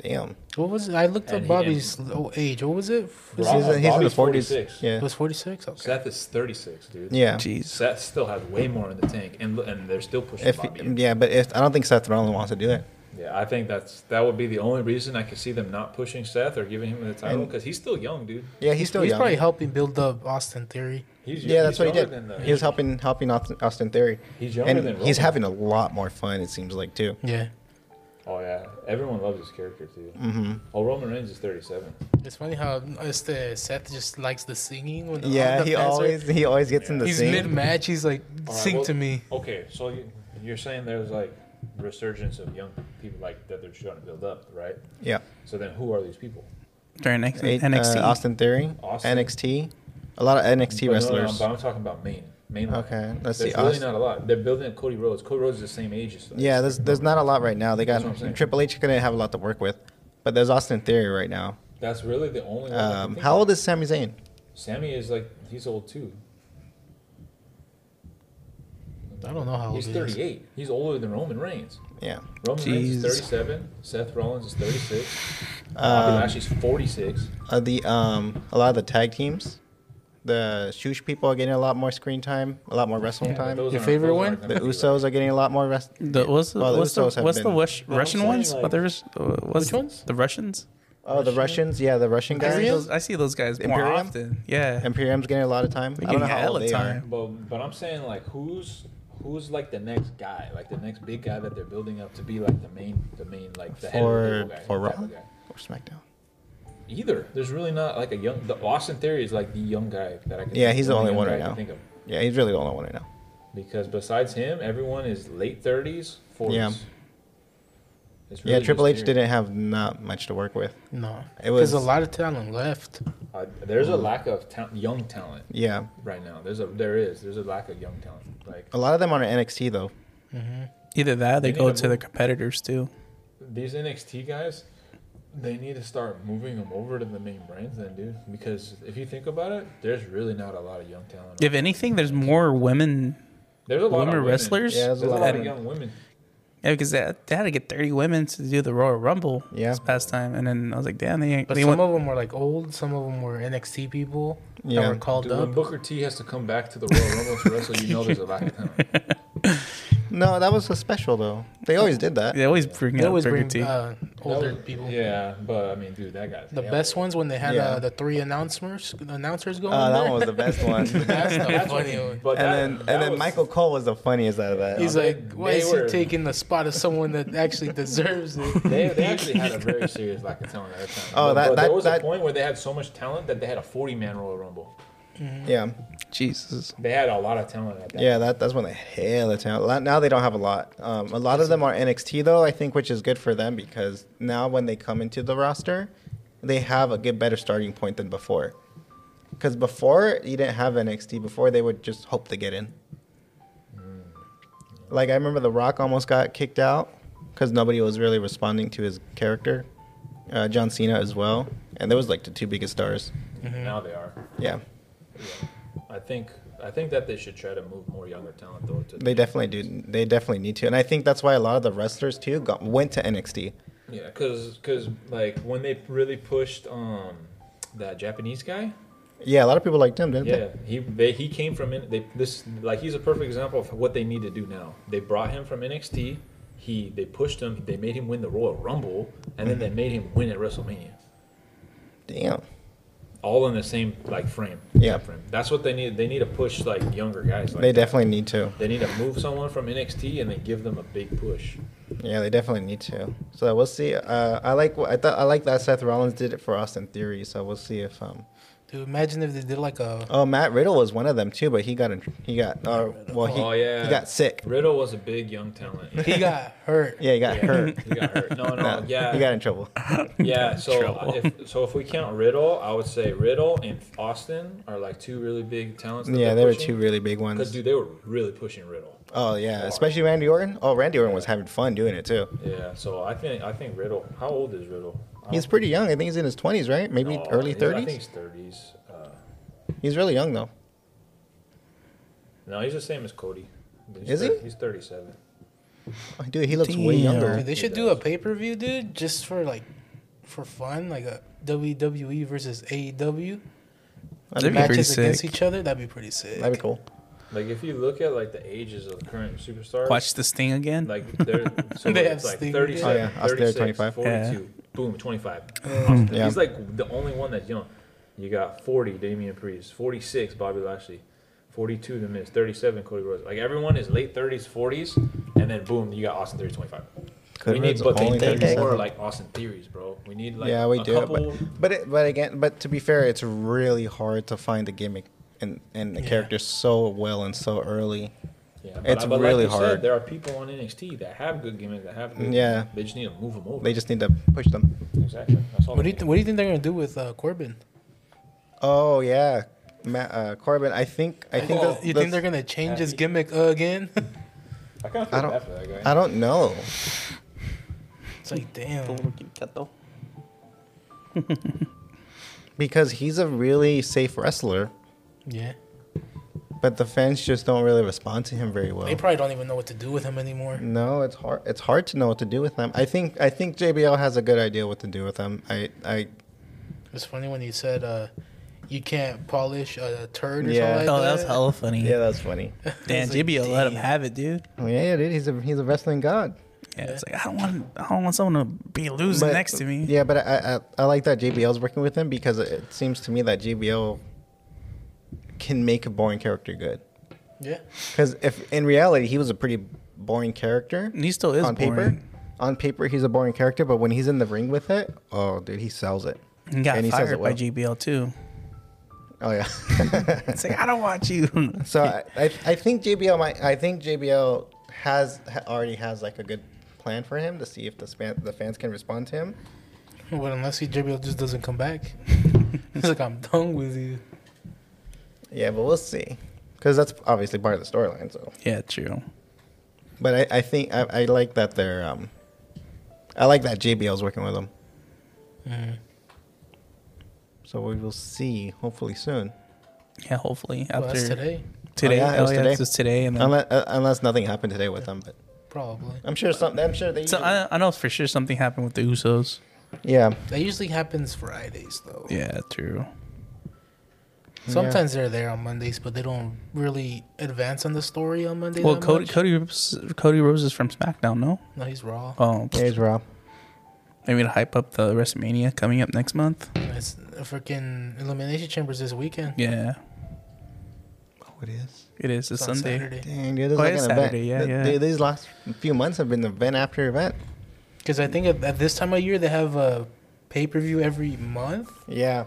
Speaker 2: damn.
Speaker 3: What was it? I looked
Speaker 4: And
Speaker 3: up
Speaker 4: he-
Speaker 3: Bobby's l- age. What was it?
Speaker 2: He's,
Speaker 4: Brock-
Speaker 2: he's, in- he's in the
Speaker 4: Bobby's
Speaker 2: forties.
Speaker 4: 46.
Speaker 3: It
Speaker 2: Yeah,
Speaker 3: was 46. Okay.
Speaker 4: Seth is thirty six, dude.
Speaker 2: yeah.
Speaker 1: Jeez.
Speaker 4: Seth still has way more in the tank, and lo- and they're still pushing
Speaker 2: If
Speaker 4: Bobby.
Speaker 2: yeah, but if, I don't think Seth Rollins wants to do that.
Speaker 4: Yeah, I think that's that would be the only reason I could see them not pushing Seth or giving him the title
Speaker 2: And-
Speaker 4: because he's still young, dude.
Speaker 2: Yeah, he's still
Speaker 3: he's
Speaker 2: young.
Speaker 3: probably helping build up Austin Theory.
Speaker 4: He's
Speaker 2: yeah, that's
Speaker 4: he's
Speaker 2: what he
Speaker 4: younger
Speaker 2: did.
Speaker 4: than the-
Speaker 2: He was helping helping Austin, Austin Theory.
Speaker 4: He's younger
Speaker 2: and
Speaker 4: than
Speaker 2: he's
Speaker 4: Roman.
Speaker 2: having a lot more fun. It seems like too.
Speaker 3: Yeah.
Speaker 4: Oh yeah, everyone loves his character too. Mm-hmm. Oh, Roman Reigns is thirty seven.
Speaker 3: It's funny how este, Seth just likes the singing. When the-
Speaker 2: Yeah,
Speaker 3: the
Speaker 2: he
Speaker 3: fans are-
Speaker 2: always he always gets in the
Speaker 3: He's
Speaker 2: scene.
Speaker 3: mid match. He's like, sing to me.
Speaker 4: Okay, so you- you're saying there's like resurgence of young people like that they're trying to build up, right?
Speaker 2: yeah,
Speaker 4: So then who are these people?
Speaker 1: During X-
Speaker 2: Eight,
Speaker 1: NXT.
Speaker 2: uh, Austin Theory,
Speaker 4: Austin.
Speaker 2: NXT, a lot of NXT
Speaker 4: But no, no,
Speaker 2: wrestlers.
Speaker 4: no, but I'm talking about main. Main.
Speaker 2: Okay, let's
Speaker 4: There's
Speaker 2: see,
Speaker 4: really
Speaker 2: Austin-
Speaker 4: not a lot. They're building up Cody Rhodes. Cody Rhodes is the same age as. Seth.
Speaker 2: Yeah, there's there's not a lot right now. They got
Speaker 4: That's what I'm saying.
Speaker 2: Triple H couldn't have a lot to work with, but there's Austin Theory right now.
Speaker 4: That's really the only. one I can
Speaker 2: Um,
Speaker 4: think
Speaker 2: how
Speaker 4: of.
Speaker 2: old is Sami Zayn?
Speaker 4: Sammy is like he's old too.
Speaker 3: I don't know how old
Speaker 4: He's
Speaker 3: he is.
Speaker 4: 38. He's older than Roman Reigns.
Speaker 2: Yeah,
Speaker 4: Roman Reigns is
Speaker 1: Jeez.
Speaker 4: 37. Seth Rollins is 36. Bobby
Speaker 2: um,
Speaker 4: Lashley's 46.
Speaker 2: uh, the um a lot of the tag teams, the Shoosh people are getting a lot more screen time, a lot more wrestling
Speaker 4: But
Speaker 2: time.
Speaker 4: those
Speaker 3: Your
Speaker 4: aren't-
Speaker 3: favorite
Speaker 4: those
Speaker 3: one?
Speaker 4: aren't
Speaker 2: The
Speaker 4: gonna be
Speaker 2: Usos are getting a lot more rest.
Speaker 1: The, what's the,
Speaker 2: Well, the
Speaker 1: what's the,
Speaker 2: Usos have
Speaker 1: what's the
Speaker 2: been-
Speaker 1: Wes-
Speaker 4: I'm
Speaker 1: Russian
Speaker 4: saying,
Speaker 1: ones?
Speaker 4: like-
Speaker 1: what there's, uh, what's
Speaker 3: Which ones?
Speaker 1: The Russians?
Speaker 2: Oh, the Russians, yeah, the Russian
Speaker 1: I see,
Speaker 2: guys.
Speaker 1: those, I see those guys more
Speaker 2: Imperium?
Speaker 1: often. Yeah.
Speaker 2: Imperium's getting a lot of time.
Speaker 1: They're
Speaker 2: I don't know
Speaker 1: getting
Speaker 2: how
Speaker 1: hella
Speaker 2: old they
Speaker 1: time.
Speaker 2: are.
Speaker 4: But but I'm saying like who's who's like the next guy, like the next big guy that they're building up to be like the main the main like the head of
Speaker 2: For-
Speaker 4: the table guy,
Speaker 2: for
Speaker 4: type
Speaker 2: Raw?
Speaker 4: of guy.
Speaker 2: Or SmackDown.
Speaker 4: Either there's really not like a young. The Austin Theory is like the young guy that I can.
Speaker 2: Yeah, he's the only
Speaker 4: young
Speaker 2: one
Speaker 4: guy
Speaker 2: right
Speaker 4: I can
Speaker 2: now.
Speaker 4: Think of.
Speaker 2: Yeah, he's really the only one right now.
Speaker 4: Because besides him, everyone is late 30s, 40s.
Speaker 2: Yeah.
Speaker 4: It's
Speaker 2: Yeah,
Speaker 4: really
Speaker 2: Triple
Speaker 4: just
Speaker 2: H
Speaker 4: theory.
Speaker 2: didn't have not much to work with.
Speaker 3: No.
Speaker 2: It
Speaker 3: There's a
Speaker 2: was-
Speaker 3: lot of talent left.
Speaker 4: Uh, there's a lack of ta- young talent
Speaker 2: Yeah,
Speaker 4: right now. There's a there is there's a lack of young talent. Like
Speaker 2: a lot of them are in NXT though.
Speaker 1: Either that, or they
Speaker 4: They
Speaker 1: go
Speaker 4: need to
Speaker 1: to their
Speaker 4: move.
Speaker 1: competitors too.
Speaker 4: these NXT guys, they need to start moving them over to the main brands, then, dude. Because if you think about it, there's really not a lot of young talent.
Speaker 1: If anything, there's more women.
Speaker 4: There's a lot
Speaker 1: women
Speaker 4: of
Speaker 1: wrestlers?
Speaker 2: Yeah,
Speaker 4: There's, a lot, of
Speaker 1: women.
Speaker 4: young women.
Speaker 1: Yeah, because they, they had to get 30 women to do the Royal Rumble
Speaker 2: Yeah.
Speaker 1: this past time. And then I was like, damn, they,
Speaker 3: But
Speaker 1: they
Speaker 3: some
Speaker 1: went.
Speaker 3: of them were like old. Some of them were NXT people
Speaker 2: Yeah.
Speaker 3: that were called
Speaker 4: Dude, when
Speaker 3: up.
Speaker 4: Booker T has to come back to the Royal Rumble to wrestle, you know there's a lack of talent.
Speaker 2: No, that was a special though. They always did that.
Speaker 1: They always bring
Speaker 3: They
Speaker 1: out
Speaker 3: always
Speaker 1: Booker
Speaker 3: bring
Speaker 1: T.
Speaker 3: uh, older
Speaker 4: That was-
Speaker 3: people.
Speaker 4: Yeah, but I mean, dude, that guy.
Speaker 3: The best ones when they had
Speaker 2: Yeah.
Speaker 3: uh, the three announcers announcers going.
Speaker 2: Uh, that
Speaker 3: there.
Speaker 2: one was the best one. and
Speaker 3: That's the funny one.
Speaker 4: But Oh, that-
Speaker 2: then and
Speaker 4: that
Speaker 2: then
Speaker 4: was-
Speaker 2: Michael Cole was the funniest out of that.
Speaker 3: He's
Speaker 4: they-
Speaker 3: like, why
Speaker 4: they
Speaker 3: is
Speaker 4: were-
Speaker 3: he taking the spot of someone that actually deserves it?
Speaker 4: They, they actually had a very serious lack of talent at that time.
Speaker 2: Oh,
Speaker 4: but,
Speaker 2: that-
Speaker 4: but
Speaker 2: that-
Speaker 4: there was
Speaker 2: that-
Speaker 4: a point where they had so much talent that they had a 40 man Royal Rumble.
Speaker 2: Um, yeah,
Speaker 1: Jesus.
Speaker 4: They had a lot of talent at that.
Speaker 2: yeah. That that's when they hell of talent. Lot- Now they don't have a lot. Um, a lot of them are NXT though. I think which is good for them because now when they come into the roster, they have a good better starting point than before. Because before you didn't have NXT. Before they would just hope to get in. Like I remember The Rock almost got kicked out because nobody was really responding to his character. Uh, John Cena as well, and there was like the two biggest stars.
Speaker 1: Mm-hmm.
Speaker 4: Now they are.
Speaker 2: Yeah,
Speaker 4: Yeah. I think I think that they should try to move more younger talent though. To
Speaker 2: they definitely do. They definitely need to, and I think that's why a lot of the wrestlers too got, went to NXT.
Speaker 4: yeah, because like when they really pushed um that Japanese guy,
Speaker 2: Yeah, a lot of people liked him, didn't they?
Speaker 4: Yeah, he they, he came from in, they this like he's a perfect example of what they need to do now. They brought him from NXT. He they pushed him. They made him win the Royal Rumble, and then they made him win at WrestleMania.
Speaker 2: Damn.
Speaker 4: All in the same like frame.
Speaker 2: Yeah.
Speaker 4: time frame. That's what they need. They need to push like younger guys. Like
Speaker 2: They
Speaker 4: that.
Speaker 2: definitely need to.
Speaker 4: They need to move someone from NXT and then give them a big push.
Speaker 2: Yeah, they definitely need to. So we'll see. Uh, I like what I thought. I like that Seth Rollins did it for Austin Theory. So we'll see if um.
Speaker 3: Dude, imagine if they did like a
Speaker 2: Oh, Matt Riddle was one of them too, but he got in, he got uh, well he
Speaker 4: Oh, yeah.
Speaker 2: he got sick.
Speaker 4: Riddle was a big young talent.
Speaker 3: he got hurt.
Speaker 2: Yeah, he got
Speaker 4: Yeah,
Speaker 2: hurt.
Speaker 4: He got hurt. No, no,
Speaker 2: No,
Speaker 4: yeah.
Speaker 2: he got in trouble.
Speaker 4: Yeah, so uh,
Speaker 1: trouble.
Speaker 4: if, so if we count Riddle, I would say Riddle and Austin are like two really big talents.
Speaker 2: Yeah, they were two really big
Speaker 4: Because
Speaker 2: ones.
Speaker 4: dude, they were really pushing Riddle.
Speaker 2: Oh yeah, especially Randy Orton. Oh, Randy Orton was having fun doing it too.
Speaker 4: Yeah, so I think I think Riddle. How old is Riddle? I
Speaker 2: He's
Speaker 4: don't
Speaker 2: pretty young. I think he's in his twenties, right? Maybe
Speaker 4: know.
Speaker 2: early
Speaker 4: He's- I
Speaker 2: thirties.
Speaker 4: think he's thirties. Uh,
Speaker 2: He's really young though.
Speaker 4: no, he's the same as Cody. He's
Speaker 2: Is he?
Speaker 4: thir- He's thirty-seven.
Speaker 2: Oh, Dude, he looks way
Speaker 1: Damn.
Speaker 2: younger.
Speaker 3: Dude, they should do a pay per view, dude, just for like for fun, like a WWE versus AEW
Speaker 1: That'd be pretty
Speaker 3: matches
Speaker 1: sick.
Speaker 3: against each other. That'd be pretty sick.
Speaker 2: That'd be cool.
Speaker 4: Like if you look at like the ages of the current superstars,
Speaker 1: Watch this thing again.
Speaker 4: like they're so
Speaker 3: They have
Speaker 4: it's like
Speaker 3: Sting.
Speaker 4: 37,
Speaker 2: Oh, yeah. Austin had
Speaker 4: 36,
Speaker 2: 25.
Speaker 4: 42, boom, 25. Austin.
Speaker 2: Yeah.
Speaker 4: He's like the only one that's young. You got 40, Damian Priest, 46, Bobby Lashley, 42, The Miz, 37, Cody Rhodes. Like everyone is late 30s, 40s, and then boom, you got Austin Theory, 25.
Speaker 2: Cody
Speaker 4: we need,
Speaker 2: Rhodes
Speaker 4: but they
Speaker 2: only
Speaker 4: need
Speaker 2: 37.
Speaker 4: more like Austin Theories, bro. We need like
Speaker 2: yeah, we
Speaker 4: a
Speaker 2: do.
Speaker 4: couple.
Speaker 2: But but, it, but again, but to be fair, it's really hard to find a gimmick and and a
Speaker 3: Yeah.
Speaker 2: character so well and so early.
Speaker 4: yeah, but
Speaker 2: it's
Speaker 4: I- but
Speaker 2: really
Speaker 4: like you
Speaker 2: hard.
Speaker 4: Said, there are people on NXT that have good gimmicks, that have good.
Speaker 2: Yeah.
Speaker 4: they just need to move them over.
Speaker 2: They just need to push them.
Speaker 4: exactly. That's all.
Speaker 3: What do
Speaker 4: they
Speaker 3: you
Speaker 4: need.
Speaker 3: th- What do you think they're gonna do with uh, Corbin?
Speaker 2: Oh yeah, Ma uh, Corbin. I think I think
Speaker 3: Oh,
Speaker 2: that's-
Speaker 3: you
Speaker 2: that's-
Speaker 3: think they're gonna change his gimmick again?
Speaker 4: I kind of
Speaker 2: I
Speaker 4: feel
Speaker 2: don't-
Speaker 4: bad for that guy.
Speaker 2: I don't know.
Speaker 3: it's like damn.
Speaker 1: Oh,
Speaker 2: because he's a really safe wrestler,
Speaker 3: Yeah,
Speaker 2: but the fans just don't really respond to him very well.
Speaker 3: they probably don't even know what to do with him anymore.
Speaker 2: No, it's hard. It's hard to know what to do with them. I think I think JBL has a good idea what to do with them. I I
Speaker 3: It's funny when he said, uh, "You can't polish a turd." Or
Speaker 2: Yeah.
Speaker 3: something like
Speaker 1: oh, that was hella funny.
Speaker 2: yeah, that's funny.
Speaker 1: Damn,
Speaker 3: It's
Speaker 1: JBL
Speaker 3: like,
Speaker 1: let him
Speaker 3: damn.
Speaker 1: have it, dude.
Speaker 2: Oh, yeah, yeah, dude, he's a he's a wrestling god.
Speaker 1: Yeah, it's like I don't want, I don't want someone to be losing
Speaker 2: But-
Speaker 1: next to me.
Speaker 2: Yeah, but I, I I like that JBL's working with him because it, it seems to me that JBL can make a boring character good.
Speaker 3: Yeah,
Speaker 2: Because if in reality he was a pretty boring character
Speaker 1: And he still is
Speaker 2: on paper.
Speaker 1: boring.
Speaker 2: On paper, he's a boring character, but when he's in the ring with it, oh, dude, he sells it.
Speaker 1: He got
Speaker 2: And he says
Speaker 1: fired
Speaker 2: it well.
Speaker 1: by JBL too.
Speaker 2: Oh yeah.
Speaker 1: It's like I don't want you.
Speaker 2: so I, I, I think JBL might. I think JBL has ha- already has like a good plan for him to see if the span, the fans can respond to him.
Speaker 3: well, unless he JBL just doesn't come back. He's like, "I'm done with you."
Speaker 2: Yeah, but we'll see, because that's obviously part of the storyline. So,
Speaker 1: yeah, true.
Speaker 2: but I, I think I, I like that they're um, I like that JBL's working with them. Mm-hmm. So we will see, hopefully soon,
Speaker 1: Yeah, hopefully
Speaker 3: Well,
Speaker 1: after
Speaker 3: that's today,
Speaker 1: Today,
Speaker 2: Oh, yeah, it was
Speaker 1: oh, yeah,
Speaker 2: today.
Speaker 1: it's just today, and then
Speaker 2: unless uh, unless nothing happened today with them. But
Speaker 3: probably.
Speaker 2: I'm sure something. I'm sure they.
Speaker 1: so I, I know for sure something happened with the Usos.
Speaker 2: yeah,
Speaker 3: That usually happens Fridays though.
Speaker 1: Yeah, true.
Speaker 3: Sometimes they're there on Mondays, but they don't really advance on the story on Monday.
Speaker 1: Well,
Speaker 3: that
Speaker 1: Cody,
Speaker 3: much.
Speaker 1: Cody Rhodes- Cody Rose is from SmackDown, no?
Speaker 3: No, he's raw.
Speaker 1: Oh,
Speaker 2: here's Rob.
Speaker 1: maybe to hype up the WrestleMania coming up next month.
Speaker 3: It's freaking elimination chambers this weekend.
Speaker 1: Yeah,
Speaker 2: Oh, it is.
Speaker 1: it is. It's
Speaker 3: It's on
Speaker 1: Sunday.
Speaker 3: Saturday.
Speaker 2: Dang, dude, this
Speaker 1: Oh,
Speaker 2: is like
Speaker 1: it's
Speaker 2: an
Speaker 1: Saturday,
Speaker 2: event.
Speaker 1: yeah,
Speaker 2: Th-
Speaker 1: yeah.
Speaker 2: dude, these last few months have been event after event.
Speaker 3: Because I think at, at this time of year they have a pay per view every month
Speaker 2: Yeah,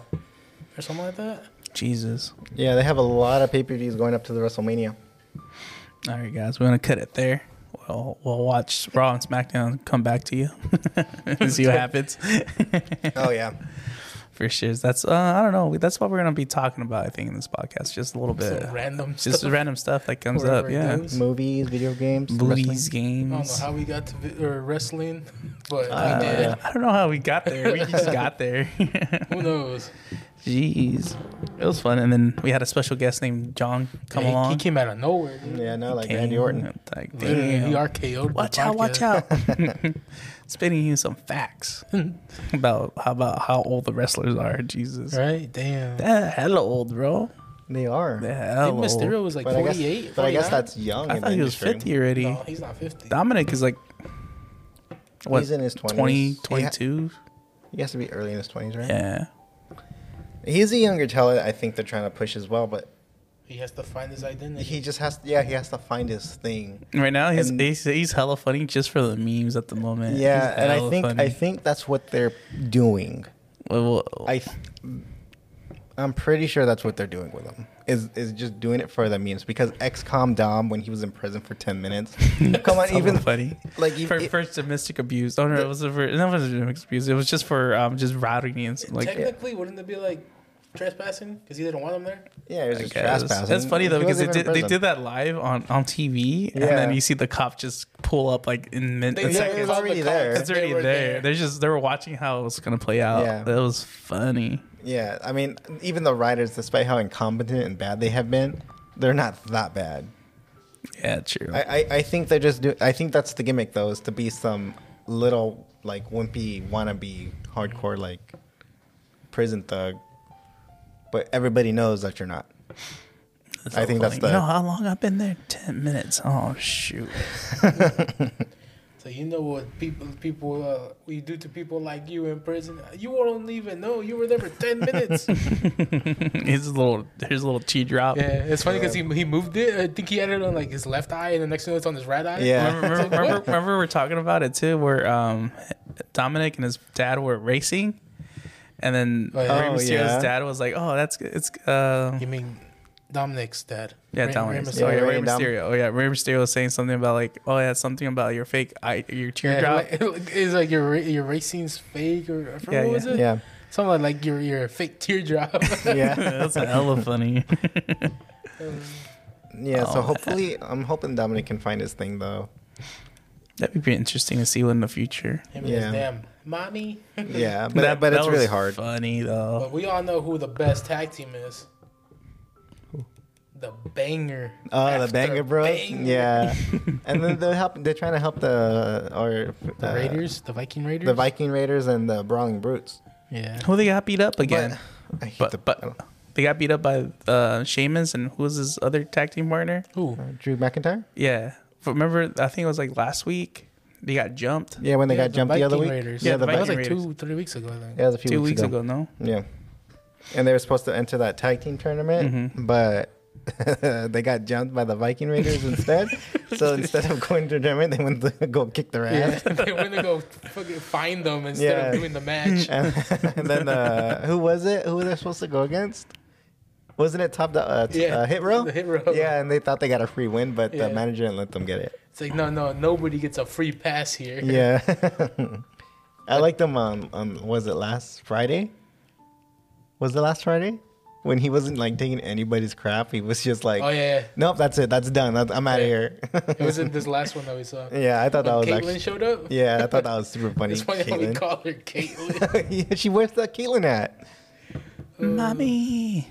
Speaker 3: or something like that.
Speaker 1: Jesus.
Speaker 2: yeah, they have a lot of pay per views going up to the WrestleMania.
Speaker 1: All right, guys, we're gonna cut it there. We'll we'll watch Raw and SmackDown. Come back to you and see what happens.
Speaker 2: oh yeah,
Speaker 1: for sure. That's uh, I don't know. That's what we're gonna be talking about. I think in this podcast, just a little bit,
Speaker 3: Some random
Speaker 1: just
Speaker 3: stuff.
Speaker 1: random stuff that comes
Speaker 3: wherever
Speaker 1: up.
Speaker 3: it
Speaker 1: Yeah,
Speaker 3: goes.
Speaker 2: movies, video games,
Speaker 1: movies,
Speaker 2: movies.
Speaker 3: I don't know
Speaker 1: games.
Speaker 3: how we got to vi- or wrestling, but we
Speaker 1: Uh,
Speaker 3: did.
Speaker 1: I don't know how we got there. We just got there.
Speaker 3: Who knows?
Speaker 1: Jeez, it was fun. And then we had a special guest named John come
Speaker 3: he, he
Speaker 1: along.
Speaker 3: came out of nowhere. dude.
Speaker 2: Yeah, no, like
Speaker 1: Came,
Speaker 2: Randy Orton.
Speaker 1: Like,
Speaker 3: Literally,
Speaker 1: damn.
Speaker 3: he RKO'd.
Speaker 1: watch
Speaker 3: the
Speaker 1: out! Watch
Speaker 3: podcast.
Speaker 1: out! Spitting you some facts about how about how old the wrestlers are. Jesus,
Speaker 3: Right? Damn.
Speaker 1: They're hella old, bro.
Speaker 2: They are.
Speaker 1: They're
Speaker 3: I
Speaker 1: hella
Speaker 3: think Mysterio
Speaker 1: old.
Speaker 3: was like
Speaker 2: but I guess,
Speaker 3: 48.
Speaker 2: but I guess
Speaker 3: 49?
Speaker 2: that's young.
Speaker 1: I
Speaker 2: in
Speaker 1: thought
Speaker 2: the
Speaker 1: he was
Speaker 2: industry.
Speaker 1: fifty already.
Speaker 3: No, he's not 50.
Speaker 1: Dominic is like what?
Speaker 2: He's in his 20s.
Speaker 1: 20,
Speaker 2: Yeah.
Speaker 1: 22?
Speaker 2: He has to be early in his twenties, right?
Speaker 1: Yeah.
Speaker 2: He's a younger talent. I think they're trying to push as well, but
Speaker 3: He has to find his identity.
Speaker 2: he just has. yeah, he has to find his thing.
Speaker 1: Right now, he's,
Speaker 2: And-
Speaker 1: he's he's hella funny just for the memes at the moment.
Speaker 2: Yeah,
Speaker 1: He's
Speaker 2: and I
Speaker 1: hella
Speaker 2: think
Speaker 1: funny.
Speaker 2: I think that's what they're doing.
Speaker 1: Well,
Speaker 2: I, th- I'm pretty sure that's what they're doing with him. Is is just doing it for the memes because XCOM Dom when he was in prison for ten minutes. come on,
Speaker 1: Hella
Speaker 2: even
Speaker 1: funny.
Speaker 2: like even,
Speaker 1: for first domestic abuse. Oh no, it was for that wasn't domestic abuse. It was just for um just routing and s- like.
Speaker 3: Technically, wouldn't it be like trespassing? Because he didn't want him there?
Speaker 2: yeah, it was
Speaker 1: I
Speaker 2: just
Speaker 1: guess.
Speaker 2: trespassing.
Speaker 1: That's funny though
Speaker 2: He
Speaker 1: because they
Speaker 2: wasn't
Speaker 1: did,
Speaker 2: even
Speaker 1: they
Speaker 2: in
Speaker 1: did that
Speaker 2: prison.
Speaker 1: live on, on TV and
Speaker 2: Yeah.
Speaker 1: then you see the cop just pull up like in min-
Speaker 3: They-
Speaker 1: in
Speaker 3: they
Speaker 2: Yeah, it was
Speaker 1: seconds.
Speaker 3: called
Speaker 2: already
Speaker 3: the cops.
Speaker 2: there.
Speaker 1: It's already
Speaker 3: They were
Speaker 1: there. They're just they were watching how it was gonna play out.
Speaker 2: Yeah.
Speaker 1: That was funny.
Speaker 2: Yeah, I mean even the writers, despite how incompetent and bad they have been, they're not that bad.
Speaker 1: Yeah, true.
Speaker 2: I, I, I think they're just do. I think that's the gimmick though, is to be some little like wimpy wannabe hardcore like prison thug, but everybody knows that you're not.
Speaker 1: That's
Speaker 2: I
Speaker 1: so
Speaker 2: think that's
Speaker 1: funny.
Speaker 2: the-
Speaker 1: You know how long I've been there? Ten minutes. Oh shoot.
Speaker 3: So you know what people people uh, we do to people like you in prison? You won't even know you were there for ten minutes. yeah,
Speaker 1: Here's a little here's a little tea drop.
Speaker 3: it's funny because he, he moved it. I think he had it on like his left eye, and the next thing it's on his right eye.
Speaker 2: Yeah.
Speaker 1: Remember, remember, remember, remember we're talking about it too, where um, Dominic and his dad were racing, and then
Speaker 3: Oh, yeah.
Speaker 1: Rey
Speaker 2: Oh,
Speaker 1: Mysterio's
Speaker 2: yeah.
Speaker 1: dad was like, "Oh, that's good. it's uh,
Speaker 3: You mean Dominic's dad?
Speaker 1: yeah,
Speaker 3: Rey-
Speaker 1: Dominic. oh yeah,
Speaker 3: Rey Mysterio.
Speaker 2: Yeah,
Speaker 1: Rey
Speaker 2: Rey Dom-
Speaker 1: Mysterio. Oh yeah, Rey Mysterio was saying something about like, oh yeah, something about your fake eye, your
Speaker 3: Yeah,
Speaker 1: teardrop.
Speaker 3: like, it's like your ra- your racine's fake or I forget
Speaker 1: Yeah,
Speaker 3: what was
Speaker 1: yeah.
Speaker 3: it?
Speaker 2: Yeah,
Speaker 3: Something like your your fake teardrop.
Speaker 2: yeah,
Speaker 1: that's hella funny.
Speaker 2: yeah.
Speaker 1: Oh,
Speaker 2: so hopefully, I'm hoping Dominic can find his thing though.
Speaker 1: That'd be pretty interesting to see what in the future.
Speaker 3: Him and his
Speaker 2: Yeah.
Speaker 3: damn mommy.
Speaker 2: Yeah, but
Speaker 1: That-
Speaker 2: but
Speaker 1: that
Speaker 2: it's
Speaker 1: was
Speaker 2: really hard.
Speaker 1: Funny though.
Speaker 3: But we all know who the best tag team is. The banger.
Speaker 2: Oh,
Speaker 3: After
Speaker 2: the banger bros.
Speaker 3: Banger.
Speaker 2: Yeah, and then they're help. They're trying to help the or
Speaker 3: The
Speaker 2: uh,
Speaker 3: Raiders, the Viking Raiders.
Speaker 2: the Viking Raiders, and the Brawling Brutes.
Speaker 3: Yeah.
Speaker 1: Who they got beat up again?
Speaker 2: I hate
Speaker 1: But
Speaker 2: the-
Speaker 1: but, they got beat up by uh, Sheamus and who was his other tag team partner?
Speaker 3: Who?
Speaker 2: Drew McIntyre.
Speaker 1: Yeah. But Remember, I think it was like last week. They got jumped
Speaker 2: Yeah, when they
Speaker 3: Yeah,
Speaker 2: got jumped the other
Speaker 3: Viking
Speaker 2: week.
Speaker 3: Raiders.
Speaker 1: Yeah,
Speaker 2: Yeah,
Speaker 1: the
Speaker 2: the
Speaker 3: that
Speaker 2: Viking.
Speaker 3: was like
Speaker 1: Raiders.
Speaker 3: two, three weeks ago. I think.
Speaker 2: Yeah, it was a
Speaker 1: two,
Speaker 2: few
Speaker 1: weeks ago. no?
Speaker 2: Yeah, and they were supposed to enter that tag team tournament,
Speaker 1: Mm-hmm.
Speaker 2: but they got jumped by the Viking Raiders instead. so instead of going to the tournament, they went to go kick their
Speaker 3: Yeah.
Speaker 2: ass.
Speaker 3: they went to go fucking find them instead of
Speaker 2: Yeah.
Speaker 3: doing the match.
Speaker 2: And, and then uh, who was it? Who were they supposed to go against? Wasn't it top the uh, t-
Speaker 3: Yeah,
Speaker 2: uh, hit row?
Speaker 3: the Hit Row.
Speaker 2: Yeah, and they thought they got a free win, but
Speaker 3: Yeah.
Speaker 2: the manager didn't let them get it.
Speaker 3: It's like no, no, nobody gets a free pass here.
Speaker 2: Yeah. I liked him on, on was it last Friday? Was it last Friday? When he wasn't like taking anybody's crap, he was just like,
Speaker 3: Oh yeah,
Speaker 2: "Nope, that's it, that's done, That's- I'm out of
Speaker 3: Yeah.
Speaker 2: here."
Speaker 3: yeah. it was in this last one that we saw.
Speaker 2: yeah, I thought that
Speaker 3: When
Speaker 2: was
Speaker 3: Caitlyn
Speaker 2: actually.
Speaker 3: showed up.
Speaker 2: Yeah, I thought that was super funny.
Speaker 3: It's funny how we
Speaker 2: Caitlyn.
Speaker 3: call her Caitlyn.
Speaker 2: yeah, she wears that Caitlyn hat.
Speaker 1: Mommy.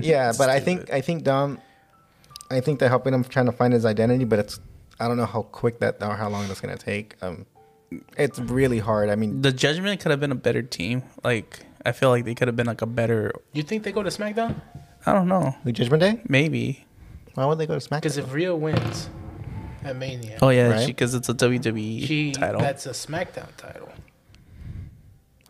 Speaker 2: Yeah, but I think I think Dom, I think they're helping him trying to find his identity, but it's I don't know how quick that or how long that's gonna take. Um, it's really hard. I mean,
Speaker 1: The Judgment could have been a better team. Like, I feel like they could have been like a better.
Speaker 3: you think they go to SmackDown?
Speaker 1: I don't know.
Speaker 2: Judgment Day.
Speaker 1: Maybe.
Speaker 2: Why would they go to SmackDown?
Speaker 3: Because if Rhea wins at Mania,
Speaker 1: Oh yeah,
Speaker 2: Right.
Speaker 1: because it's a
Speaker 2: E
Speaker 1: WWE
Speaker 3: she
Speaker 1: title.
Speaker 3: that's a SmackDown title.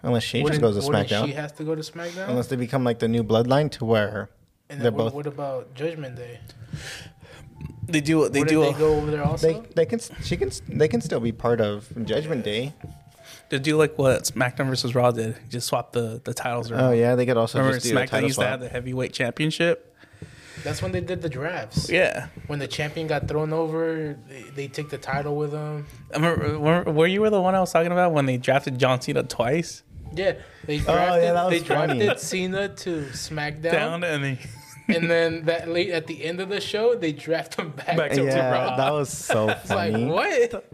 Speaker 2: Unless she just
Speaker 3: Wouldn't-
Speaker 2: goes to
Speaker 3: wouldn't She
Speaker 2: SmackDown.
Speaker 3: has to go to SmackDown.
Speaker 2: Unless they become like the new bloodline to where
Speaker 3: and
Speaker 2: they're
Speaker 3: then what,
Speaker 2: both.
Speaker 3: what about Judgment Day?
Speaker 1: they do. They
Speaker 3: Wouldn't
Speaker 1: do.
Speaker 3: They
Speaker 1: a,
Speaker 3: go over there also.
Speaker 2: They they can she can they can still be part of Judgment Day.
Speaker 1: They do like what SmackDown versus Raw did. Just swap the the titles around.
Speaker 2: Oh yeah, they could also
Speaker 1: Remember
Speaker 2: just do a
Speaker 1: SmackDown
Speaker 2: title
Speaker 1: used to have the
Speaker 2: swap.
Speaker 1: heavyweight championship.
Speaker 3: That's when they did the drafts.
Speaker 1: Yeah.
Speaker 3: When the champion got thrown over, they, they take the title with them.
Speaker 1: I remember, remember- were you were the one I was talking about when they drafted John Cena twice
Speaker 3: Yeah, they drafted.
Speaker 2: Oh, yeah, that
Speaker 3: they
Speaker 2: was funny.
Speaker 3: drafted Cena to SmackDown,
Speaker 1: down and they.
Speaker 3: and then that late at the end of the show, they draft him back,
Speaker 1: Back
Speaker 3: to
Speaker 1: to
Speaker 3: Raw.
Speaker 2: Yeah, that was so
Speaker 3: It's like
Speaker 2: funny.
Speaker 3: what?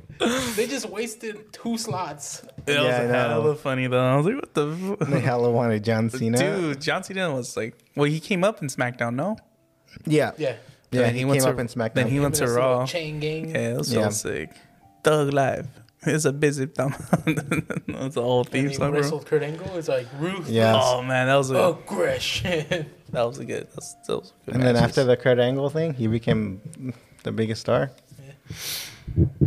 Speaker 3: they just wasted two slots.
Speaker 1: It
Speaker 2: Yeah, I
Speaker 1: was
Speaker 2: know.
Speaker 1: hella funny though. I was like, what the f-
Speaker 2: They hella wanted John Cena.
Speaker 1: dude? John Cena was like, well, he came up in SmackDown, no?
Speaker 2: Yeah.
Speaker 3: Yeah.
Speaker 2: Yeah, he,
Speaker 1: went
Speaker 2: came
Speaker 1: to-
Speaker 2: up in SmackDown.
Speaker 1: Then he went to
Speaker 3: That's a little
Speaker 1: Raw.
Speaker 3: Chain gang.
Speaker 1: Yeah, it was
Speaker 2: Yeah.
Speaker 1: so sick. Thug Life. It's a busy time. That's the whole
Speaker 3: And
Speaker 1: theme
Speaker 3: he
Speaker 1: song. bro.
Speaker 3: wrestled Kurt Angle. It's like ruthless
Speaker 2: Yeah.
Speaker 1: Oh man, that was a
Speaker 3: aggression.
Speaker 1: that was a good. That was, that was a good
Speaker 2: and then
Speaker 1: matches.
Speaker 2: after the Kurt Angle thing, he became the biggest star.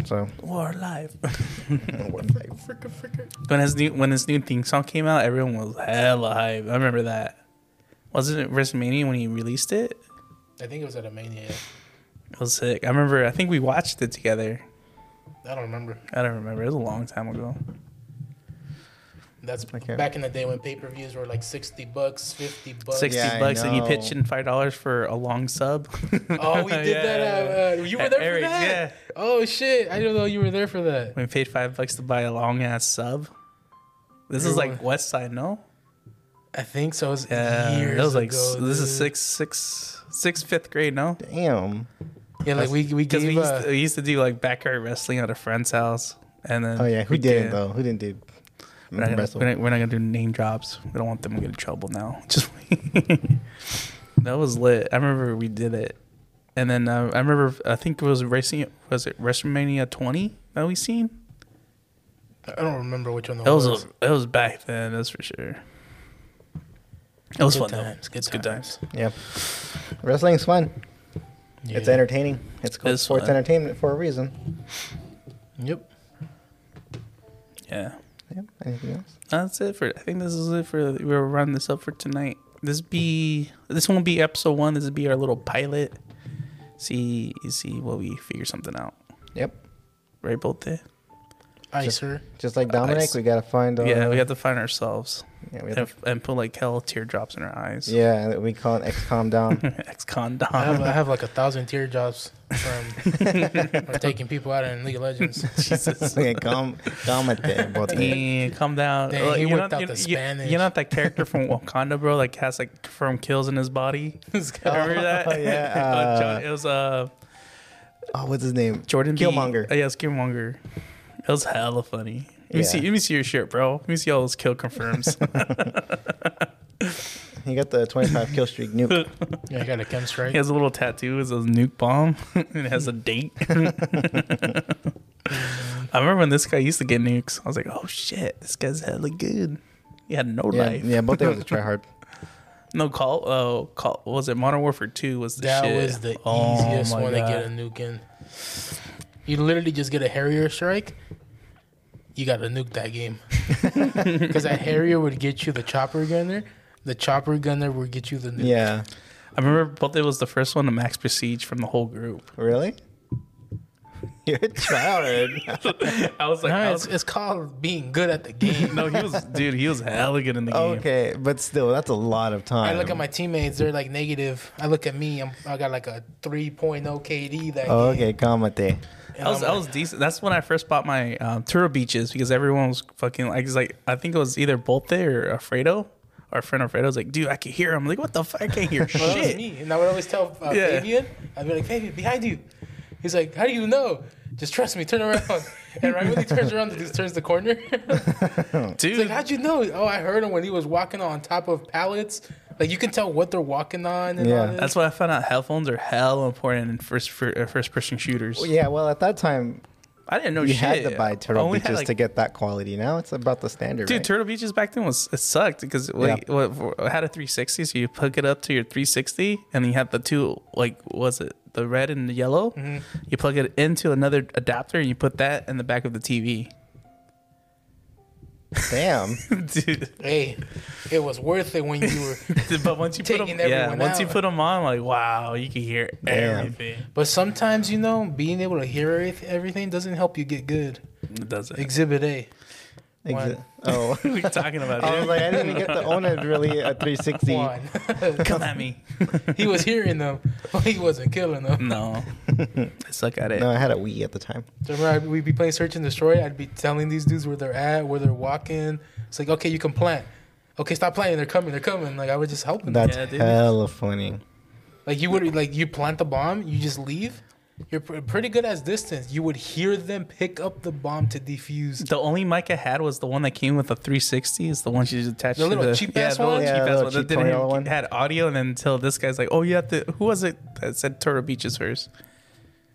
Speaker 2: So
Speaker 1: War Life.
Speaker 3: Fricka, fricka.
Speaker 1: when his new when his new theme song came out, everyone was hella hype. I remember that. Wasn't it WrestleMania when he released it?
Speaker 3: I think it was at a mania.
Speaker 1: It was sick. I remember. I think we watched it together.
Speaker 3: I don't remember.
Speaker 1: I don't remember. It was a long time ago.
Speaker 3: That's
Speaker 2: Okay.
Speaker 3: back in the day when pay per views were like sixty bucks, fifty bucks.
Speaker 1: Sixty
Speaker 2: Yeah, I
Speaker 1: bucks, and you
Speaker 2: know.
Speaker 1: pitched in five dollars for a long sub.
Speaker 3: Oh, we did
Speaker 1: Yeah.
Speaker 3: that. Uh, uh, you were
Speaker 1: At
Speaker 3: there
Speaker 1: Eric's,
Speaker 3: for that.
Speaker 1: yeah.
Speaker 3: Oh shit! I didn't know you were there for that.
Speaker 1: We paid five bucks to buy a long ass sub. This is like
Speaker 3: Really?
Speaker 1: West Side, no?
Speaker 3: I think so. It was
Speaker 1: Yeah,
Speaker 3: years
Speaker 1: that was like
Speaker 3: ago,
Speaker 1: s- this is
Speaker 3: dude.
Speaker 1: six, six, six, fifth grade, no?
Speaker 2: damn.
Speaker 3: Yeah, like we we
Speaker 1: Because
Speaker 3: gave.
Speaker 1: we,
Speaker 3: uh,
Speaker 1: used to- we used to do like backyard wrestling at a friend's house, and then
Speaker 2: Oh yeah, who
Speaker 1: we
Speaker 2: didn't though? Who didn't do
Speaker 1: We're not, gonna,
Speaker 2: wrestle?
Speaker 1: we're, not, we're not gonna do name drops. We don't want them to get in trouble now. Just that was lit. I remember we did it, and then uh, I remember I think it was racing. Was it WrestleMania 20 that we seen?
Speaker 3: I don't remember which one that
Speaker 1: It was
Speaker 3: was.
Speaker 1: a, it was back then, that's for sure. It was fun
Speaker 3: Good times,
Speaker 1: though.
Speaker 3: good
Speaker 1: It's good
Speaker 3: times.
Speaker 1: times.
Speaker 2: Yep. Wrestling's fun. It's
Speaker 3: Yeah.
Speaker 2: entertaining. It's called
Speaker 1: It's
Speaker 2: sports
Speaker 1: fun.
Speaker 2: entertainment for a reason.
Speaker 3: Yep.
Speaker 1: Yeah,
Speaker 2: Yep. Anything else?
Speaker 1: that's it for. I think this is it for. We're running this up for tonight. This be this won't be episode one. This will be our little pilot. See see what we figure something out.
Speaker 2: Yep.
Speaker 1: Right, both there.
Speaker 3: Icer.
Speaker 2: Just like Dominic,
Speaker 1: Nice.
Speaker 2: we gotta find. Uh,
Speaker 1: yeah, we have to find ourselves
Speaker 2: Yeah, we
Speaker 1: and,
Speaker 2: have to,
Speaker 1: and put like hell teardrops in our eyes.
Speaker 2: yeah, we call it XCOM down.
Speaker 1: ex con
Speaker 3: I have, I
Speaker 1: Dom.
Speaker 3: have like a thousand teardrops from, from taking people out in League of Legends.
Speaker 1: Jesus.
Speaker 2: Okay, calm, calm it there, both of you.
Speaker 1: Yeah, come down.
Speaker 3: Dang, he
Speaker 1: you're
Speaker 3: whipped out
Speaker 1: you're,
Speaker 3: the
Speaker 1: you-
Speaker 3: Spanish.
Speaker 1: You're not that character from Wakanda, bro. Like has like confirmed kills in his body. Remember that?
Speaker 2: Oh, yeah,
Speaker 1: Uh, John-
Speaker 2: uh,
Speaker 1: it was uh
Speaker 2: Oh, what's his name?
Speaker 1: Jordan B-
Speaker 2: Killmonger.
Speaker 1: Oh, yeah, it's Killmonger. It was hella funny. Let me
Speaker 2: Yeah.
Speaker 1: see. Let me see your shirt, bro. Let me see all those kill confirms.
Speaker 2: He got the 25 kill streak nuke.
Speaker 3: Yeah, I got a chem strike.
Speaker 1: he has a little tattoo. It's a nuke bomb, and it has a date. I remember when this guy used to get nukes. I was like, oh shit, this guy's hella good. He had no
Speaker 2: Yeah,
Speaker 1: life.
Speaker 2: yeah, both of was a tryhard.
Speaker 1: No call. Oh, call. what Was it Modern Warfare Two? Was the
Speaker 3: That
Speaker 1: shit.
Speaker 3: was the
Speaker 1: Oh
Speaker 3: easiest
Speaker 1: my
Speaker 3: one to
Speaker 1: God.
Speaker 3: get a nuke in. You literally just get a Harrier strike. You got to nuke that game because that Harrier would get you the chopper gunner. The chopper gunner would get you the nuke.
Speaker 2: Yeah,
Speaker 1: I remember both it was the first one to max prestige from the whole group.
Speaker 2: really? You're a tryhard.
Speaker 1: I was like,
Speaker 3: No,
Speaker 1: I
Speaker 3: it's,
Speaker 1: was,
Speaker 3: it's called being good at the game.
Speaker 1: no, he was dude, he was hella good in the game.
Speaker 2: okay, but still, that's a lot of time.
Speaker 3: I look at my teammates; they're like negative. I look at me; I'm, I got like a 3.0 KD. That
Speaker 2: Oh,
Speaker 3: game.
Speaker 2: okay, calm it there.
Speaker 1: I was, I was decent. That's when I first bought my um, Turo Beaches because everyone was fucking like, it's like, I think it was either Bolte or Alfredo. Our friend Alfredo was like, dude, I can hear him. I'm like, what the fuck? I can't hear
Speaker 3: Well, that was
Speaker 1: shit.
Speaker 3: me. And I would always tell uh,
Speaker 1: Yeah.
Speaker 3: Fabian, I'd be like, Fabian, behind you. He's like, how do you know? Just trust me, turn around. And right when he turns around, he turns the corner. He's like,
Speaker 1: Dude,
Speaker 3: how'd you know? Oh, I heard him when he was walking on top of pallets. Like, you can tell what they're walking on. And
Speaker 2: Yeah.
Speaker 3: all this.
Speaker 1: that's why I found out headphones are hell important in first for, uh, first person shooters.
Speaker 2: Well, yeah, well, at that time,
Speaker 1: I didn't know
Speaker 2: you
Speaker 1: shit.
Speaker 2: had to buy
Speaker 1: I
Speaker 2: turtle
Speaker 1: only had,
Speaker 2: beaches
Speaker 1: like,
Speaker 2: to get that quality. Now it's about the standard.
Speaker 1: Dude,
Speaker 2: right?
Speaker 1: Turtle Beaches back then was it sucked because like
Speaker 2: Yeah.
Speaker 1: what, for- I had a 360, so you hook it up to your 360, and you had the two like was it the red and the yellow?
Speaker 2: Mm-hmm.
Speaker 1: You plug it into another adapter, and you put that in the back of the TV.
Speaker 2: damn.
Speaker 1: Dude,
Speaker 3: hey, it was worth it when you were.
Speaker 1: but once you put
Speaker 3: Taking
Speaker 1: them, yeah,
Speaker 3: everyone
Speaker 1: once you
Speaker 3: out.
Speaker 1: put them on, like wow, you can hear
Speaker 2: Damn.
Speaker 1: everything.
Speaker 3: But sometimes, you know, being able to hear everyth- everything doesn't help you get good.
Speaker 1: It doesn't.
Speaker 3: Exhibit A.
Speaker 2: Exi-
Speaker 3: One.
Speaker 2: oh,
Speaker 1: what are we talking about?
Speaker 2: I was
Speaker 1: Dude?
Speaker 2: like, I didn't even get to own it really at 360.
Speaker 3: One.
Speaker 1: Come at me.
Speaker 3: he was hearing them, but he wasn't killing them.
Speaker 1: no, I suck at it.
Speaker 2: No, I had a Wii at the time.
Speaker 3: So Remember, I'd- we'd be playing Search and Destroy. I'd be telling these dudes where they're at, where they're walking. It's like, okay, you can plant. Okay, stop planting. They're coming. They're coming. Like I was just helping them.
Speaker 2: That's
Speaker 1: Yeah, dude.
Speaker 2: hella funny.
Speaker 3: Like you would, like you plant the bomb, you just leave, You're pr- pretty good as distance. You would hear them pick up the bomb to defuse.
Speaker 1: The only mic I had was the one that came with a 360. It's the one she's attached
Speaker 3: The
Speaker 1: to
Speaker 3: little
Speaker 1: the
Speaker 3: cheap-ass
Speaker 1: yeah, the
Speaker 3: one?
Speaker 1: little
Speaker 2: Yeah,
Speaker 1: cheap
Speaker 2: the
Speaker 1: ass one
Speaker 2: little
Speaker 1: that
Speaker 2: cheap
Speaker 1: didn't even
Speaker 2: $20 one.
Speaker 1: had audio. And then until this guy's like, "Oh, you have to." Who was it that said Turtle Beaches first?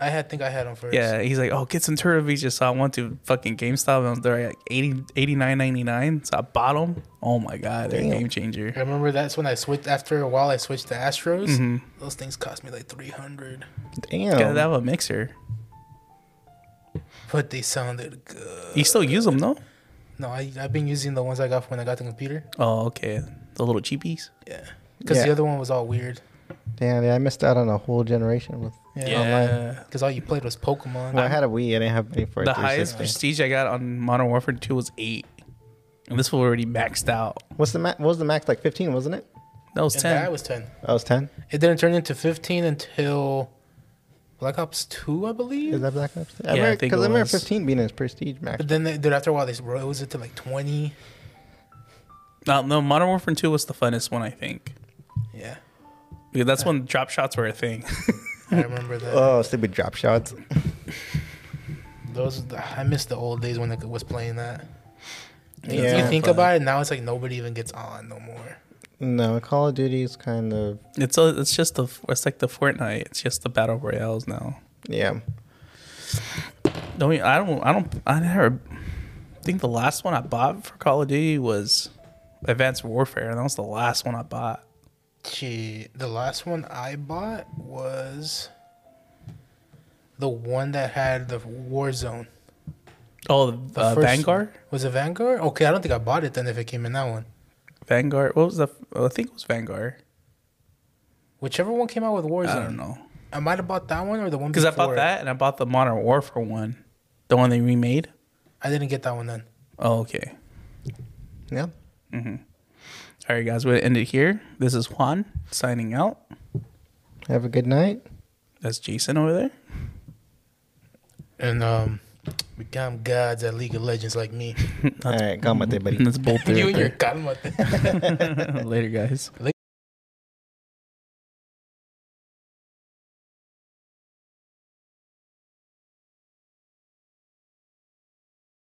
Speaker 3: I had think I had them first.
Speaker 1: Yeah, he's like, "Oh, get some Turtle Beaches." So I went to fucking GameStop and I was there at 80, 89.99. So I bought them. Oh my god, they're a
Speaker 2: Damn.
Speaker 1: game changer.
Speaker 3: I remember that's when I switched. After a while, I switched to Astros. Those things cost me like three hundred,
Speaker 2: Damn.
Speaker 1: Gotta have a mixer.
Speaker 3: but they sounded good.
Speaker 1: You still use them though?
Speaker 3: No, I I've been using the ones I got when I got the computer.
Speaker 1: Oh, okay. The little cheapies.
Speaker 3: Yeah, because the
Speaker 2: Yeah.
Speaker 3: other one was all weird.
Speaker 2: Damn, yeah, I missed out on a whole generation with.
Speaker 3: because all you played was Pokemon.
Speaker 2: Well, I had a Wii. I didn't have any for a
Speaker 1: The highest
Speaker 2: 360.
Speaker 1: prestige I got on Modern Warfare 2 was eight, and this was already maxed out.
Speaker 2: What's the ma- what was the max? Like 15, wasn't it?
Speaker 1: That was
Speaker 3: and
Speaker 1: ten.
Speaker 3: that was ten.
Speaker 2: I was 10.
Speaker 3: It didn't turn into fifteen until Black Ops Two, I
Speaker 2: Is
Speaker 3: believe.
Speaker 2: that Black Ops?
Speaker 1: I
Speaker 2: remember,
Speaker 1: think it
Speaker 2: Because I remember
Speaker 1: was.
Speaker 2: 15 being his prestige max.
Speaker 3: But then, they, dude, after a while, they rose it to like twenty.
Speaker 1: Uh, No, no, Modern Warfare 2 was the funnest one, I think.
Speaker 3: Yeah,
Speaker 1: Yeah, that's when drop shots were a thing.
Speaker 3: I remember that.
Speaker 1: Uh,
Speaker 2: Oh, stupid drop shots.
Speaker 3: Those I miss the old days when I was playing that. if
Speaker 2: Yeah,
Speaker 3: you think
Speaker 1: but-
Speaker 3: about it now, it's like nobody even gets on no more.
Speaker 2: No, Call of Duty is kind of
Speaker 1: It's a, it's just the it's like the Fortnite. It's just the battle royales now.
Speaker 2: yeah.
Speaker 1: Don't we, I don't I don't I never I think the last one I bought for Call of Duty was Advanced Warfare, and that was the last one I bought.
Speaker 3: Gee, the last one I bought was the one that had the Warzone.
Speaker 1: Oh,
Speaker 3: The
Speaker 1: the, uh,
Speaker 3: first
Speaker 1: Vanguard.
Speaker 3: one. was it Vanguard? Okay, I don't think I bought it then if it came in that one.
Speaker 1: Vanguard. What was the? I think it was Vanguard.
Speaker 3: Whichever one came out with Warzone,
Speaker 1: I don't know
Speaker 3: I might have bought that one or the one
Speaker 1: because I
Speaker 3: before
Speaker 1: bought
Speaker 3: it.
Speaker 1: that and I bought the Modern Warfare one, the one they remade.
Speaker 3: I didn't get that one then.
Speaker 1: Oh, okay.
Speaker 2: Yeah.
Speaker 1: All right, guys, we're gonna end it here. This is Juan signing out.
Speaker 2: Have a good night.
Speaker 1: That's Jason over there.
Speaker 3: And um, become gods at League of Legends like me.
Speaker 1: That's-
Speaker 2: All right, Eh, come with it, buddy.
Speaker 1: That's both.
Speaker 3: you and
Speaker 1: there.
Speaker 3: your godmother.
Speaker 1: Later, guys.